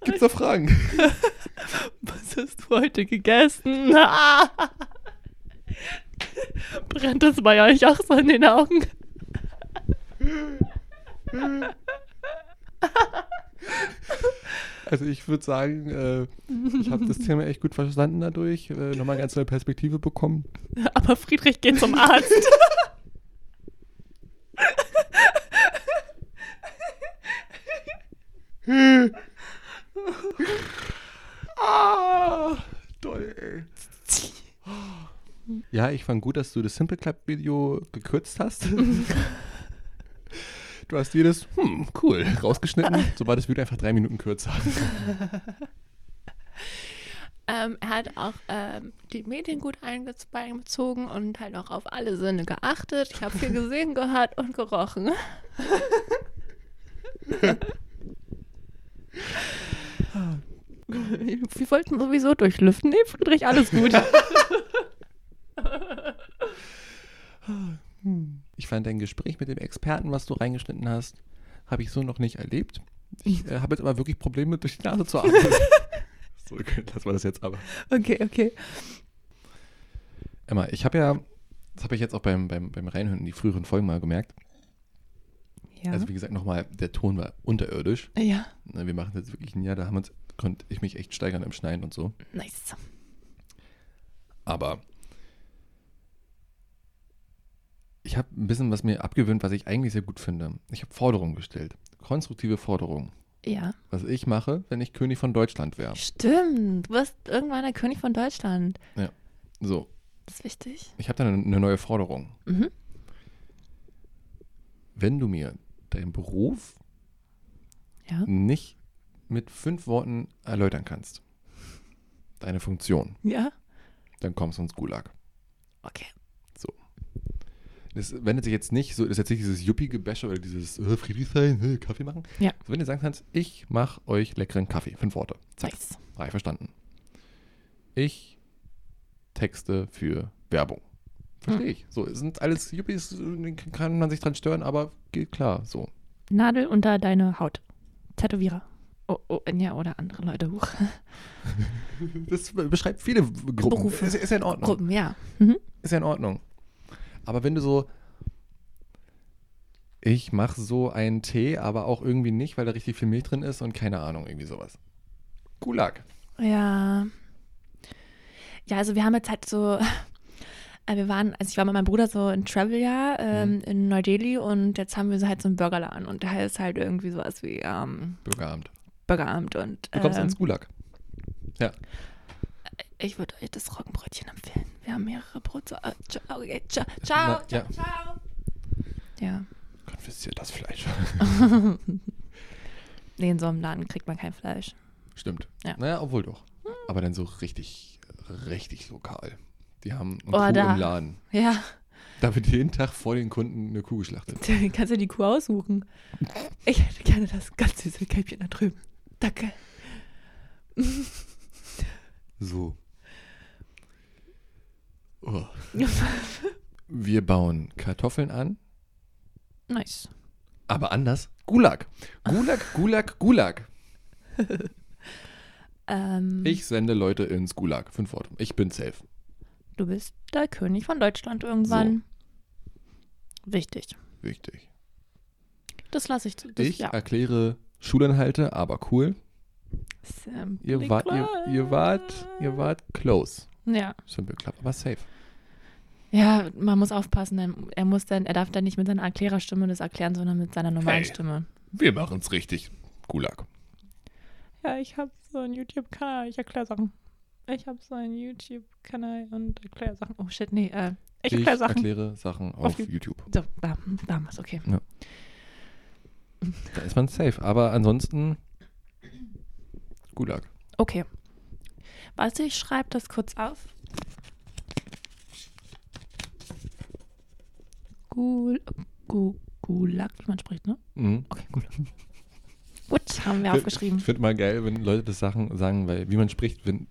Speaker 3: Gibt's da Fragen?
Speaker 2: Was hast du heute gegessen? *laughs* Ah! Brennt es bei euch auch so in den Augen?
Speaker 3: Also ich würde sagen, äh, ich habe das Thema echt gut verstanden dadurch, äh, nochmal ganz neue Perspektive bekommen.
Speaker 2: Aber Friedrich geht zum Arzt.
Speaker 3: Ah, toll, ey. *laughs* Ja, ich fand gut, dass du das Simple Club Video gekürzt *laughs* hast. Du hast jedes, hm, cool, rausgeschnitten, *laughs* so war das Video einfach drei Minuten kürzer.
Speaker 2: Ähm, er hat auch ähm, die Medien gut eingezogen und halt auch auf alle Sinne geachtet. Ich habe viel *laughs* gesehen, gehört und *laughs* gerochen. Wir wollten sowieso durchlüften. Nee, Friedrich, alles gut.
Speaker 3: Ich fand dein Gespräch mit dem Experten, was du reingeschnitten hast, habe ich so noch nicht erlebt. Ich äh, habe jetzt aber wirklich Probleme, durch die Nase zu atmen. so, okay, lassen wir das jetzt aber.
Speaker 2: *laughs* Okay, okay.
Speaker 3: Emma, ich habe ja, das habe ich jetzt auch beim, beim, beim Reinhören in die früheren Folgen mal gemerkt.
Speaker 2: Ja.
Speaker 3: Also wie gesagt, nochmal, der Ton war unterirdisch.
Speaker 2: ja,
Speaker 3: Ne, Wir machen das jetzt wirklich ein Jahr, da haben wir uns, konnte ich mich echt steigern im Schneiden und so.
Speaker 2: nice.
Speaker 3: Aber ich habe ein bisschen was mir abgewöhnt, was ich eigentlich sehr gut finde. Ich habe Forderungen gestellt. Konstruktive Forderungen.
Speaker 2: Ja.
Speaker 3: Was ich mache, wenn ich König von Deutschland wäre.
Speaker 2: Stimmt. Du wirst irgendwann der König von Deutschland.
Speaker 3: So.
Speaker 2: Das ist wichtig.
Speaker 3: Ich habe da eine, eine neue Forderung.
Speaker 2: Mhm.
Speaker 3: Wenn du mir deinen Beruf
Speaker 2: Ja.
Speaker 3: nicht mit fünf Worten erläutern kannst, deine Funktion,
Speaker 1: Ja?
Speaker 3: dann kommst du ins Gulag.
Speaker 2: Okay.
Speaker 3: Das wendet sich jetzt nicht so, das ist jetzt nicht dieses Yuppie-Gebäsche oder dieses äh, friedlich sein, äh, Kaffee machen.
Speaker 2: Ja.
Speaker 3: So, wenn du sagen kannst, ich mache euch leckeren Kaffee. Fünf Worte. Zack.
Speaker 2: Nice.
Speaker 3: Habe ich verstanden. Ich texte für Werbung. Verstehe
Speaker 2: Hm.
Speaker 3: ich. So, es sind alles Yuppies, äh, kann man sich dran stören, aber geht klar. So.
Speaker 2: Nadel unter deine Haut. Tätowierer. Oh, oh, ja, oder andere Leute.
Speaker 3: *laughs*
Speaker 2: Huch.
Speaker 3: Das be- beschreibt viele Gruppen.
Speaker 2: Berufe.
Speaker 3: Ist, ist ja in Ordnung.
Speaker 2: Gruppen, ja.
Speaker 3: Ist ja in Ordnung. Aber wenn du so, ich mache so einen Tee, aber auch irgendwie nicht, weil da richtig viel Milch drin ist und keine Ahnung, irgendwie sowas. Gulag.
Speaker 2: Ja. Ja, also wir haben jetzt halt so, *laughs* äh, wir waren, also ich war mit meinem Bruder so in Traveljahr
Speaker 3: Mhm.
Speaker 2: ähm, in Neu-Delhi und jetzt haben wir so halt so einen Burgerladen und da ist halt irgendwie sowas wie ähm,
Speaker 3: Bürgeramt.
Speaker 2: Burgeramt und
Speaker 3: Du kommst
Speaker 2: ähm,
Speaker 3: ins Gulag.
Speaker 2: ich würde euch das Roggenbrötchen empfehlen. Wir haben mehrere Brote. Äh, tsch- okay, tsch- ciao,
Speaker 3: Na,
Speaker 2: ciao,
Speaker 3: ja.
Speaker 2: ciao. Ja,
Speaker 3: Konfisziert das Fleisch. *laughs*
Speaker 2: nee, in so einem Laden kriegt man kein Fleisch.
Speaker 3: Stimmt.
Speaker 2: Ja.
Speaker 3: Naja, obwohl doch. Aber dann so richtig, richtig lokal. Die haben eine
Speaker 2: Oh,
Speaker 3: Kuh
Speaker 2: da.
Speaker 3: im Laden.
Speaker 2: Ja,
Speaker 3: Da wird jeden Tag vor den Kunden eine Kuh geschlachtet.
Speaker 2: kannst du *laughs* die Kuh aussuchen. Ich hätte gerne das ganz süße Kälbchen da drüben. Danke.
Speaker 3: So.
Speaker 2: *laughs*
Speaker 3: Oh. Wir bauen Kartoffeln an,
Speaker 2: Nice.
Speaker 3: aber anders. Gulag. Gulag, Gulag, Gulag.
Speaker 2: Ähm,
Speaker 3: Ich sende Leute ins Gulag. Fünf Worte. Ich bin safe.
Speaker 2: Du bist der König von Deutschland irgendwann. Wichtig.
Speaker 3: Wichtig.
Speaker 2: Das lasse ich. Das,
Speaker 3: Ich
Speaker 2: ja.
Speaker 3: erkläre Schulinhalte, aber cool.
Speaker 2: Simple
Speaker 3: Ihr wart, ihr, ihr wart, ihr wart close.
Speaker 2: Ja.
Speaker 3: Simple Club, aber safe.
Speaker 2: ja, man muss aufpassen. Denn er muss dann, er darf dann nicht mit seiner Erklärerstimme das erklären, sondern mit seiner normalen
Speaker 3: Hey.
Speaker 2: Stimme.
Speaker 3: Wir machen's richtig. Gulag.
Speaker 1: Ja, ich habe so einen YouTube-Kanal, ich erkläre Sachen. Ich habe so einen YouTube-Kanal und erkläre Sachen.
Speaker 2: Oh shit, nee. Äh,
Speaker 1: Ich erkläre Sachen.
Speaker 3: erkläre Sachen auf,
Speaker 1: Auf
Speaker 3: YouTube.
Speaker 2: so, da, damals, okay.
Speaker 3: Da ist man safe. Aber ansonsten Gulag.
Speaker 2: Okay. Warte, ich schreibe das kurz auf. Gul, Gu- Gulag, wie man spricht, ne?
Speaker 3: Mhm.
Speaker 2: Okay, gut. Gut, haben wir aufgeschrieben.
Speaker 3: Ich finde mal geil, wenn Leute das Sachen sagen, weil wie man spricht, wenn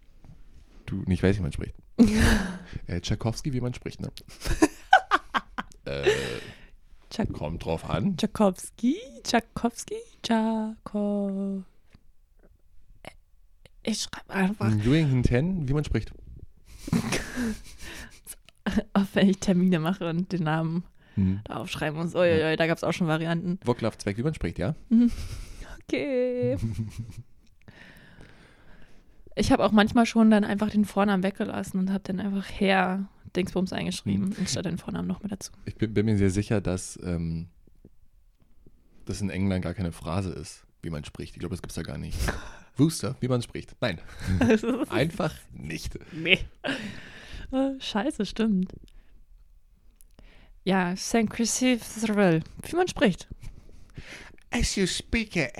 Speaker 3: du nicht weißt, wie
Speaker 2: *laughs*
Speaker 3: man spricht. äh, Tchaikovsky, wie man spricht, ne? äh,
Speaker 2: Tschak-
Speaker 3: kommt drauf an.
Speaker 2: Tchaikovsky, Tchaikovsky, Tchaikov. Ich schreibe einfach,
Speaker 3: Doing 10, wie man spricht.
Speaker 2: auch wenn ich Termine mache und den Namen
Speaker 3: Mhm.
Speaker 2: da aufschreiben muss. Uiuiui, da gab es auch schon Varianten.
Speaker 3: Woklavzweig, wie man spricht, ja?
Speaker 2: Okay. *laughs* Ich habe auch manchmal schon dann einfach den Vornamen weggelassen und habe dann einfach Herr Dingsbums eingeschrieben, anstatt den Vornamen noch mit dazu.
Speaker 3: Ich bin, bin mir sehr sicher, dass ähm, das in England gar keine Phrase ist, wie man spricht. Ich glaube, das gibt es da
Speaker 5: *laughs*
Speaker 3: gar nicht. Wooster, wie man spricht. Nein,
Speaker 2: Also
Speaker 3: einfach nicht.
Speaker 2: Nee. Äh, Scheiße, stimmt. Ja, St. Christopher, wie man spricht.
Speaker 5: As you speak
Speaker 3: *laughs*
Speaker 5: it,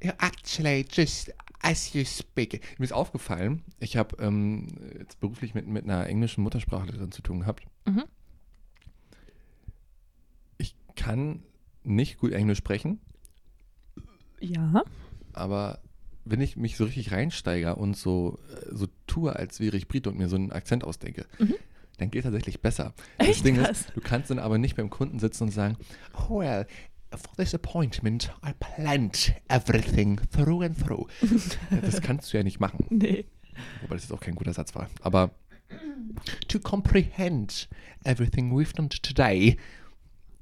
Speaker 5: you actually just as you speak it.
Speaker 3: Mir ist aufgefallen, ich habe ähm, jetzt beruflich mit, mit einer englischen Muttersprachlerin zu tun gehabt.
Speaker 2: Mhm.
Speaker 3: Ich kann nicht gut Englisch sprechen,
Speaker 2: Ja.
Speaker 3: aber wenn ich mich so richtig reinsteige und so, äh, so tue, als wäre ich Brite und mir so einen Akzent ausdenke, dann geht tatsächlich besser. das
Speaker 2: Mhm. Echt
Speaker 3: Ding
Speaker 2: krass.
Speaker 3: ist, du kannst dann aber nicht beim Kunden sitzen und sagen, "Oh
Speaker 5: Well, for this appointment, I planned everything through and
Speaker 2: *laughs*
Speaker 5: through.
Speaker 3: das kannst du ja nicht machen.
Speaker 2: Nee.
Speaker 3: Wobei das jetzt auch kein guter Satz war. Aber
Speaker 5: To comprehend everything we've done today,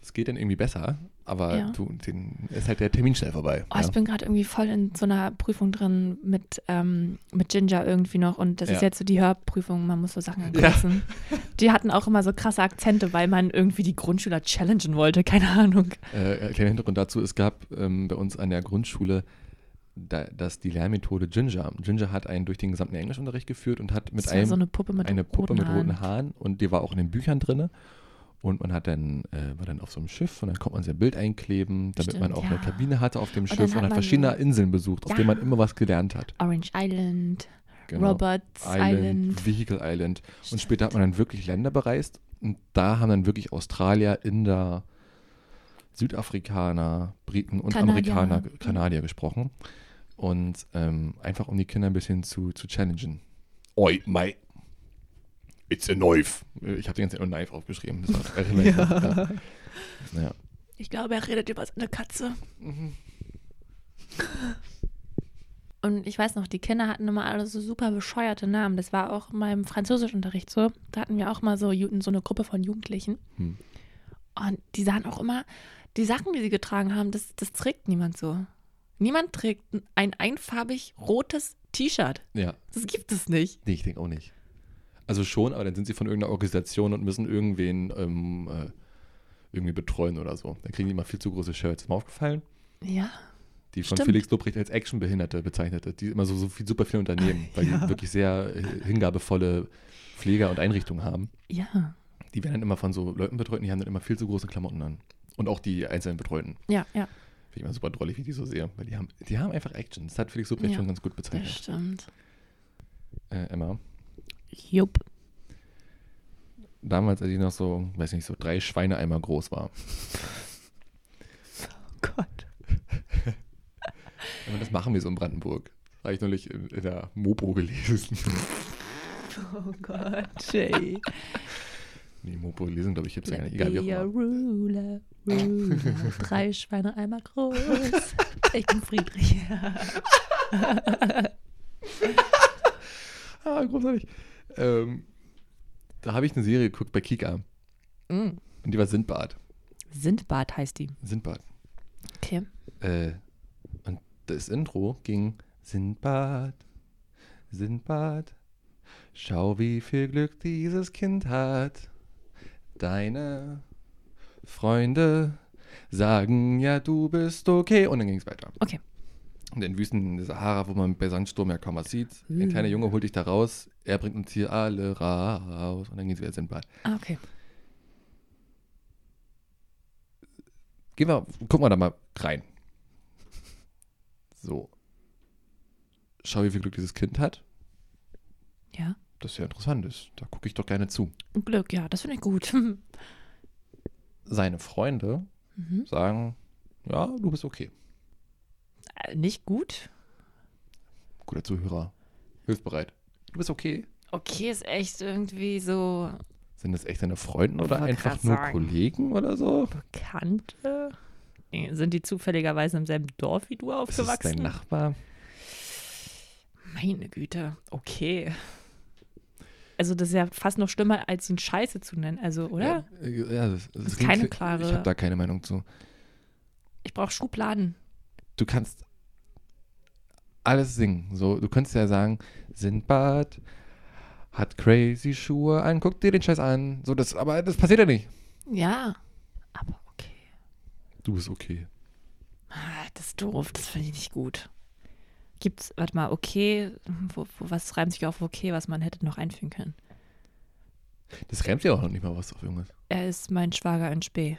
Speaker 3: es geht dann irgendwie besser, aber
Speaker 2: Ja.
Speaker 3: du, den, ist halt der Termin schnell vorbei.
Speaker 2: Oh, ich bin gerade irgendwie voll in so einer Prüfung drin mit, ähm, mit Ginger irgendwie noch. Und das ist
Speaker 3: Ja.
Speaker 2: jetzt so die Hörprüfung, man muss so Sachen ankürzen. Die hatten auch immer so krasse Akzente, weil man irgendwie die Grundschüler challengen wollte, keine Ahnung.
Speaker 4: äh,
Speaker 3: Äh, kleiner Hintergrund dazu: Es gab ähm, bei uns an der Grundschule
Speaker 4: da, dass die Lehrmethode Ginger. Ginger hat einen durch den gesamten Englischunterricht geführt und hat mit
Speaker 2: das war
Speaker 4: einem
Speaker 2: so eine Puppe mit
Speaker 4: eine Puppe mit
Speaker 2: Haaren.
Speaker 4: roten Haaren und die war auch in den Büchern drin. Und man hat dann, äh, war dann auf so einem Schiff und dann konnte man sein Bild einkleben, damit
Speaker 2: Stimmt,
Speaker 4: man auch eine
Speaker 2: ja.
Speaker 4: Kabine hatte auf dem
Speaker 2: dann
Speaker 4: Schiff
Speaker 2: hat
Speaker 4: und hat
Speaker 2: man
Speaker 4: verschiedene
Speaker 2: so-
Speaker 4: Inseln besucht, auf
Speaker 2: Ja.
Speaker 4: denen man immer was gelernt hat.
Speaker 2: Orange Island,
Speaker 4: Genau.
Speaker 2: Roberts Island.
Speaker 4: Vehicle Island. Und
Speaker 2: Stimmt.
Speaker 4: später hat man dann wirklich Länder bereist und da haben dann wirklich Australier, Inder, Südafrikaner, Briten und
Speaker 2: Kanadier.
Speaker 4: Amerikaner, Kanadier gesprochen. Und ähm, einfach um die Kinder ein bisschen zu, zu challengen. Oi, mei. It's a knife. Ich habe die ganze Zeit nur Knife aufgeschrieben. Das *laughs* war relativ- ja. Ja.
Speaker 2: Ich glaube, er redet über seine Katze.
Speaker 4: Mhm.
Speaker 2: Und ich weiß noch, die Kinder hatten immer alle so super bescheuerte Namen. Das war auch in meinem Französischunterricht so. Da hatten wir auch mal so, Ju- so eine Gruppe von Jugendlichen.
Speaker 4: Hm.
Speaker 2: Und die sahen auch immer, die Sachen, die sie getragen haben, das, das trägt niemand so. Niemand trägt ein einfarbig rotes T-Shirt.
Speaker 4: ja.
Speaker 2: Das gibt es nicht.
Speaker 4: Nee, ich denke auch nicht. Also schon, aber dann sind sie von irgendeiner Organisation und müssen irgendwen ähm, äh, irgendwie betreuen oder so. Dann kriegen die immer viel zu große Shirts. Ist mir aufgefallen?
Speaker 2: Ja.
Speaker 4: Die von
Speaker 2: Stimmt.
Speaker 4: Felix Lobrecht als Actionbehinderte bezeichnete. Die immer so, so viel, super viel *laughs* unternehmen, weil die wirklich sehr äh, hingabevolle Pfleger und Einrichtungen haben.
Speaker 2: Ja.
Speaker 4: Die werden dann immer von so Leuten betreut und die haben dann immer viel zu große Klamotten an. Und auch die einzelnen Betreuten.
Speaker 2: Ja, ja.
Speaker 4: Finde ich immer super drollig, wie ich die so sehe. Weil die haben, die haben einfach Action. Das hat Felix Lobrecht
Speaker 2: Ja.
Speaker 4: schon ganz gut
Speaker 2: Das
Speaker 4: bezeichnet.
Speaker 2: stimmt.
Speaker 4: Äh, Emma.
Speaker 2: Jupp.
Speaker 4: damals, als ich noch so, weiß nicht, so drei Schweineeimer groß war.
Speaker 2: Oh Gott.
Speaker 4: Aber das machen wir so in Brandenburg. Habe ich neulich in, in der Mopo gelesen. *laughs*
Speaker 2: Oh Gott, Jay.
Speaker 4: nee, Mopo gelesen, glaube ich, gibt es ja gar
Speaker 2: Let
Speaker 4: nicht. Egal, wie
Speaker 2: me a
Speaker 4: auch immer.
Speaker 2: ruler, *laughs* ruler. Drei Schweine einmal groß. Ich bin Friedrich.
Speaker 4: Ah, großartig. Ähm, da habe ich eine Serie geguckt bei Kika.
Speaker 2: Mm.
Speaker 4: Und die war Sindbad.
Speaker 2: Sindbad heißt die.
Speaker 4: Sindbad.
Speaker 2: Okay.
Speaker 4: Äh, und das Intro ging Sindbad, Sindbad, schau wie viel Glück dieses Kind hat. Deine Freunde sagen ja, du bist okay. Und dann ging es weiter.
Speaker 2: Okay.
Speaker 4: In den Wüsten der Sahara, wo man bei Sandsturm ja kaum was sieht. Ein
Speaker 2: Hm.
Speaker 4: kleiner Junge holt dich da raus, er bringt uns hier alle raus. Und dann geht's wieder Sindbad.
Speaker 2: Ah, okay.
Speaker 4: Gehen wir, gucken wir da mal rein. So. Schau, wie viel Glück dieses Kind hat.
Speaker 2: Ja.
Speaker 4: Das ist ja interessant. Das, da gucke ich doch gerne zu.
Speaker 2: Glück, ja, das finde ich gut.
Speaker 4: Seine Freunde
Speaker 2: Mhm.
Speaker 4: sagen, ja, du bist okay.
Speaker 2: Äh, Nicht gut?
Speaker 4: Guter Zuhörer. Hilfsbereit. Du bist okay.
Speaker 2: Okay, ist echt irgendwie so
Speaker 4: Sind das echt deine Freunde oder
Speaker 2: Wollte
Speaker 4: einfach
Speaker 2: grad
Speaker 4: nur
Speaker 2: sagen.
Speaker 4: Kollegen oder so?
Speaker 2: Bekannte. Äh, Sind die zufälligerweise im selben Dorf wie du
Speaker 4: Ist das dein
Speaker 2: aufgewachsen?
Speaker 4: Nachbar?
Speaker 2: Meine Güte, okay. Also das ist ja fast noch schlimmer, als ihn Scheiße zu nennen, also, oder?
Speaker 4: Ja, äh, ja, das, das
Speaker 2: ist
Speaker 4: klingt-
Speaker 2: keine klare-
Speaker 4: Ich habe da keine Meinung zu.
Speaker 2: Ich brauche Schubladen.
Speaker 4: du kannst alles singen. So, du könntest ja sagen, Sindbad hat crazy Schuhe an, guck dir den Scheiß an. So, das, aber das passiert ja nicht.
Speaker 2: Ja, aber okay.
Speaker 4: Du bist okay.
Speaker 2: Ah, Das ist doof, das finde ich nicht gut. Gibt's, warte mal, okay, wo, wo, was reimt sich auf okay, was man hätte noch einfügen können?
Speaker 4: Das reimt ja auch noch nicht mal was auf irgendwas.
Speaker 2: Er ist mein Schwager in Spee.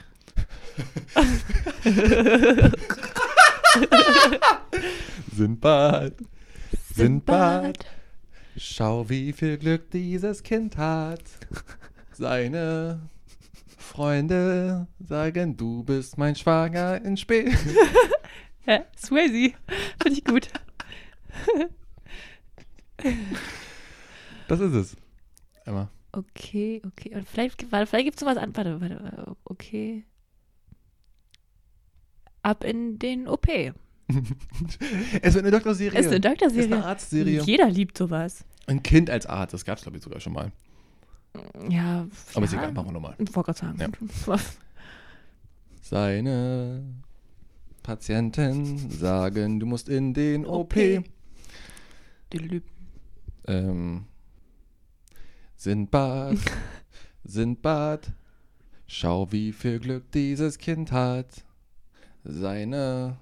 Speaker 4: Sindbad, Sindbad, schau, wie viel Glück dieses Kind hat. Seine Freunde sagen, du bist mein Schwager in Spee.
Speaker 2: Hä? Swayze. Finde ich gut.
Speaker 4: Das ist es. Emma.
Speaker 2: *laughs* Okay, okay. Und vielleicht, gibt- warte, vielleicht gibt es noch was an. Warte, warte, warte, okay. Ab in den OP.
Speaker 4: Es wird eine Doktorserie.
Speaker 2: Es ist eine
Speaker 4: Es ist eine
Speaker 2: Doktorserie.
Speaker 4: Arztserie.
Speaker 2: Jeder liebt sowas.
Speaker 4: Ein Kind als Arzt, das gab es, glaube ich, sogar schon mal.
Speaker 2: Ja.
Speaker 4: Aber
Speaker 2: ja.
Speaker 4: ist egal, machen wir nochmal.
Speaker 2: Ich wollte gerade sagen.
Speaker 4: Seine Patienten sagen, du musst in den OP.
Speaker 2: OP. *laughs* Die Lüb
Speaker 4: Ähm, Sindbad, Sindbad, schau, wie viel Glück dieses Kind hat. Seine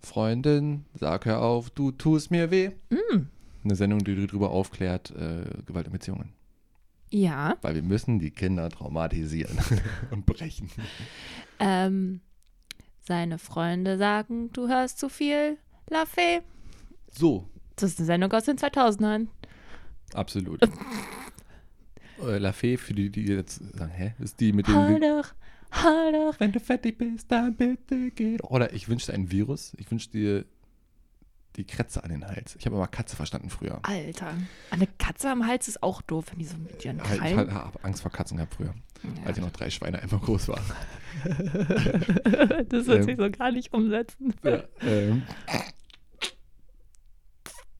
Speaker 3: Freundin, sag hör auf, du tust mir weh.
Speaker 2: Mm.
Speaker 3: Eine Sendung, die darüber aufklärt, äh, Gewalt in Beziehungen.
Speaker 2: Ja.
Speaker 3: Weil wir müssen die Kinder traumatisieren *laughs* und brechen.
Speaker 2: Ähm, seine Freunde sagen, du hörst zu viel. La Fee.
Speaker 3: So,
Speaker 2: Das ist eine Sendung aus den 2000ern. *laughs*
Speaker 3: absolut. äh, La Fee, für die, die jetzt sagen, hä, ist die mit dem...
Speaker 2: Hör doch, hör doch.
Speaker 3: Wenn du fertig bist, dann bitte geh. Oder ich wünsche dir ein Virus. Ich wünsche dir die Krätze an den Hals. Ich habe immer Katze verstanden früher.
Speaker 2: Alter, eine Katze am Hals ist auch doof, wenn die so mit ihren
Speaker 3: Halt, Ich
Speaker 2: Krallen.
Speaker 3: habe Angst vor Katzen gehabt früher, als ich
Speaker 2: Ja.
Speaker 3: noch drei Schweine einmal groß war.
Speaker 2: *laughs* Das wird
Speaker 3: Ähm.
Speaker 2: sich so gar nicht umsetzen.
Speaker 3: ja, ähm,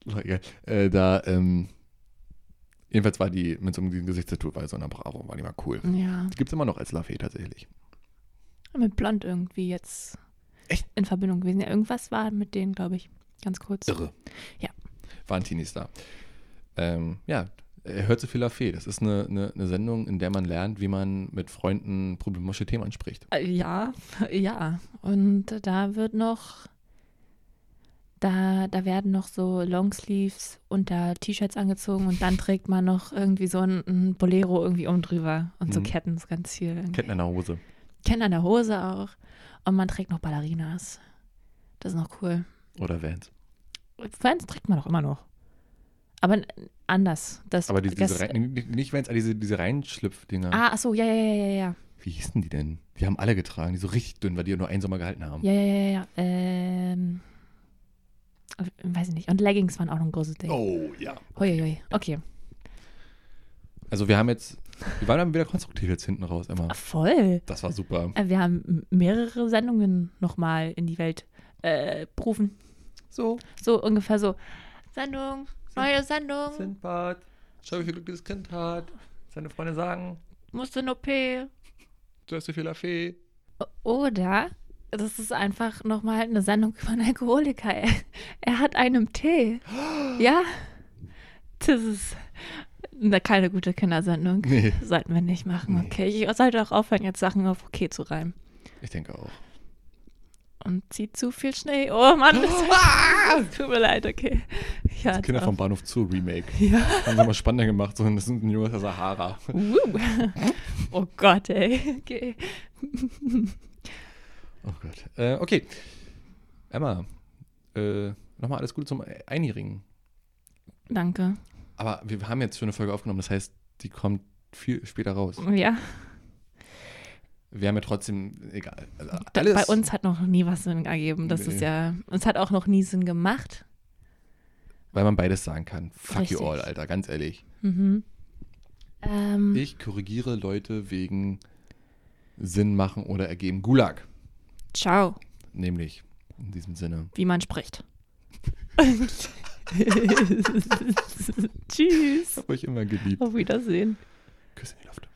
Speaker 3: Oh, egal. äh, da, ähm, jedenfalls war die mit so einem Gesichtstattoo bei so einer Bravo, war die mal cool.
Speaker 2: Ja,
Speaker 3: Gibt es immer noch als Lafayette tatsächlich.
Speaker 2: mit Blond irgendwie jetzt
Speaker 3: Echt?
Speaker 2: in Verbindung gewesen. Ja, irgendwas war mit denen, glaube ich. Ganz kurz.
Speaker 3: Irre.
Speaker 2: Ja.
Speaker 3: War ein Teenie-Star. Ähm, ja, er hört zu viel Lafayette. Das ist eine, eine, eine Sendung, in der man lernt, wie man mit Freunden problematische Themen anspricht.
Speaker 2: Äh, Ja, *laughs* ja. Und da wird noch, da, da werden noch so Longsleeves unter T-Shirts angezogen und dann trägt man noch irgendwie so ein, ein Bolero irgendwie um drüber und so
Speaker 3: Mhm.
Speaker 2: Ketten, so ganz viel. irgendwie.
Speaker 3: Ketten an der Hose.
Speaker 2: Ketten an der Hose auch. Und man trägt noch Ballerinas. Das ist noch cool.
Speaker 3: Oder Vans.
Speaker 2: Fans trägt man doch immer noch. Aber n- anders. Das,
Speaker 3: Aber diese,
Speaker 2: das,
Speaker 3: diese rein, nicht Vans, aber diese, diese Reinschlüpfdinger.
Speaker 2: Ah, ach so, ja, ja, ja, ja, ja.
Speaker 3: Wie hießen die denn? Die haben alle getragen, die so richtig dünn, weil die nur einen Sommer gehalten haben.
Speaker 2: Ja, ja, ja, ja, ja. Ähm, weiß ich nicht. Und Leggings waren auch noch ein großes Ding.
Speaker 3: Oh, ja.
Speaker 2: Huiuiui. Okay.
Speaker 3: Also wir haben jetzt, wir waren dann wieder konstruktiv jetzt hinten raus, Emma.
Speaker 2: Ah, Voll.
Speaker 3: Das war super.
Speaker 2: Äh, Wir haben m- mehrere Sendungen nochmal in die Welt äh, berufen.
Speaker 3: So,
Speaker 2: So ungefähr so. Sendung, neue Sendung,
Speaker 3: Sindbad, schau, wie viel Glück dieses Kind hat. Seine Freunde sagen,
Speaker 2: musst in OP.
Speaker 3: du hast so viel Fee.
Speaker 2: Oder das ist einfach nochmal eine Sendung über einen Alkoholiker. Er, er hat einen Tee. Ja, das ist eine, keine gute Kindersendung.
Speaker 3: Nee,
Speaker 2: Sollten wir nicht machen,
Speaker 3: Nee.
Speaker 2: okay? Ich sollte auch aufhören, jetzt Sachen auf okay zu reimen.
Speaker 3: ich denke auch.
Speaker 2: Und zieht zu viel Schnee. Oh Mann,
Speaker 3: *laughs*
Speaker 2: das *laughs* tut mir leid, okay. Ja,
Speaker 3: Die Kinder vom Bahnhof zu Remake.
Speaker 2: *laughs* ja.
Speaker 3: Haben sie mal spannender gemacht, sondern das sind ein Junge aus der Sahara.
Speaker 2: Uh. Oh Gott, ey. Okay.
Speaker 3: Oh Gott. Äh, okay. Emma, äh, nochmal alles Gute zum Einjährigen.
Speaker 2: Danke.
Speaker 3: Aber wir haben jetzt schon eine Folge aufgenommen, das heißt, die kommt viel später raus.
Speaker 2: Ja,
Speaker 3: Wir haben ja trotzdem, egal. Also
Speaker 2: da, bei
Speaker 3: alles,
Speaker 2: uns hat noch nie was Sinn ergeben. Das
Speaker 3: Nee.
Speaker 2: ist ja, es hat auch noch nie Sinn gemacht.
Speaker 3: Weil man beides sagen kann. Fuck you
Speaker 2: Richtig.
Speaker 3: all, Alter, ganz ehrlich.
Speaker 2: Mhm. Ähm,
Speaker 3: Ich korrigiere Leute wegen Sinn machen oder ergeben. Gulag,
Speaker 2: ciao,
Speaker 3: nämlich in diesem Sinne.
Speaker 2: wie man spricht. *laughs* Tschüss.
Speaker 3: Hab euch immer geliebt.
Speaker 2: Auf Wiedersehen.
Speaker 3: Küsse in die Luft.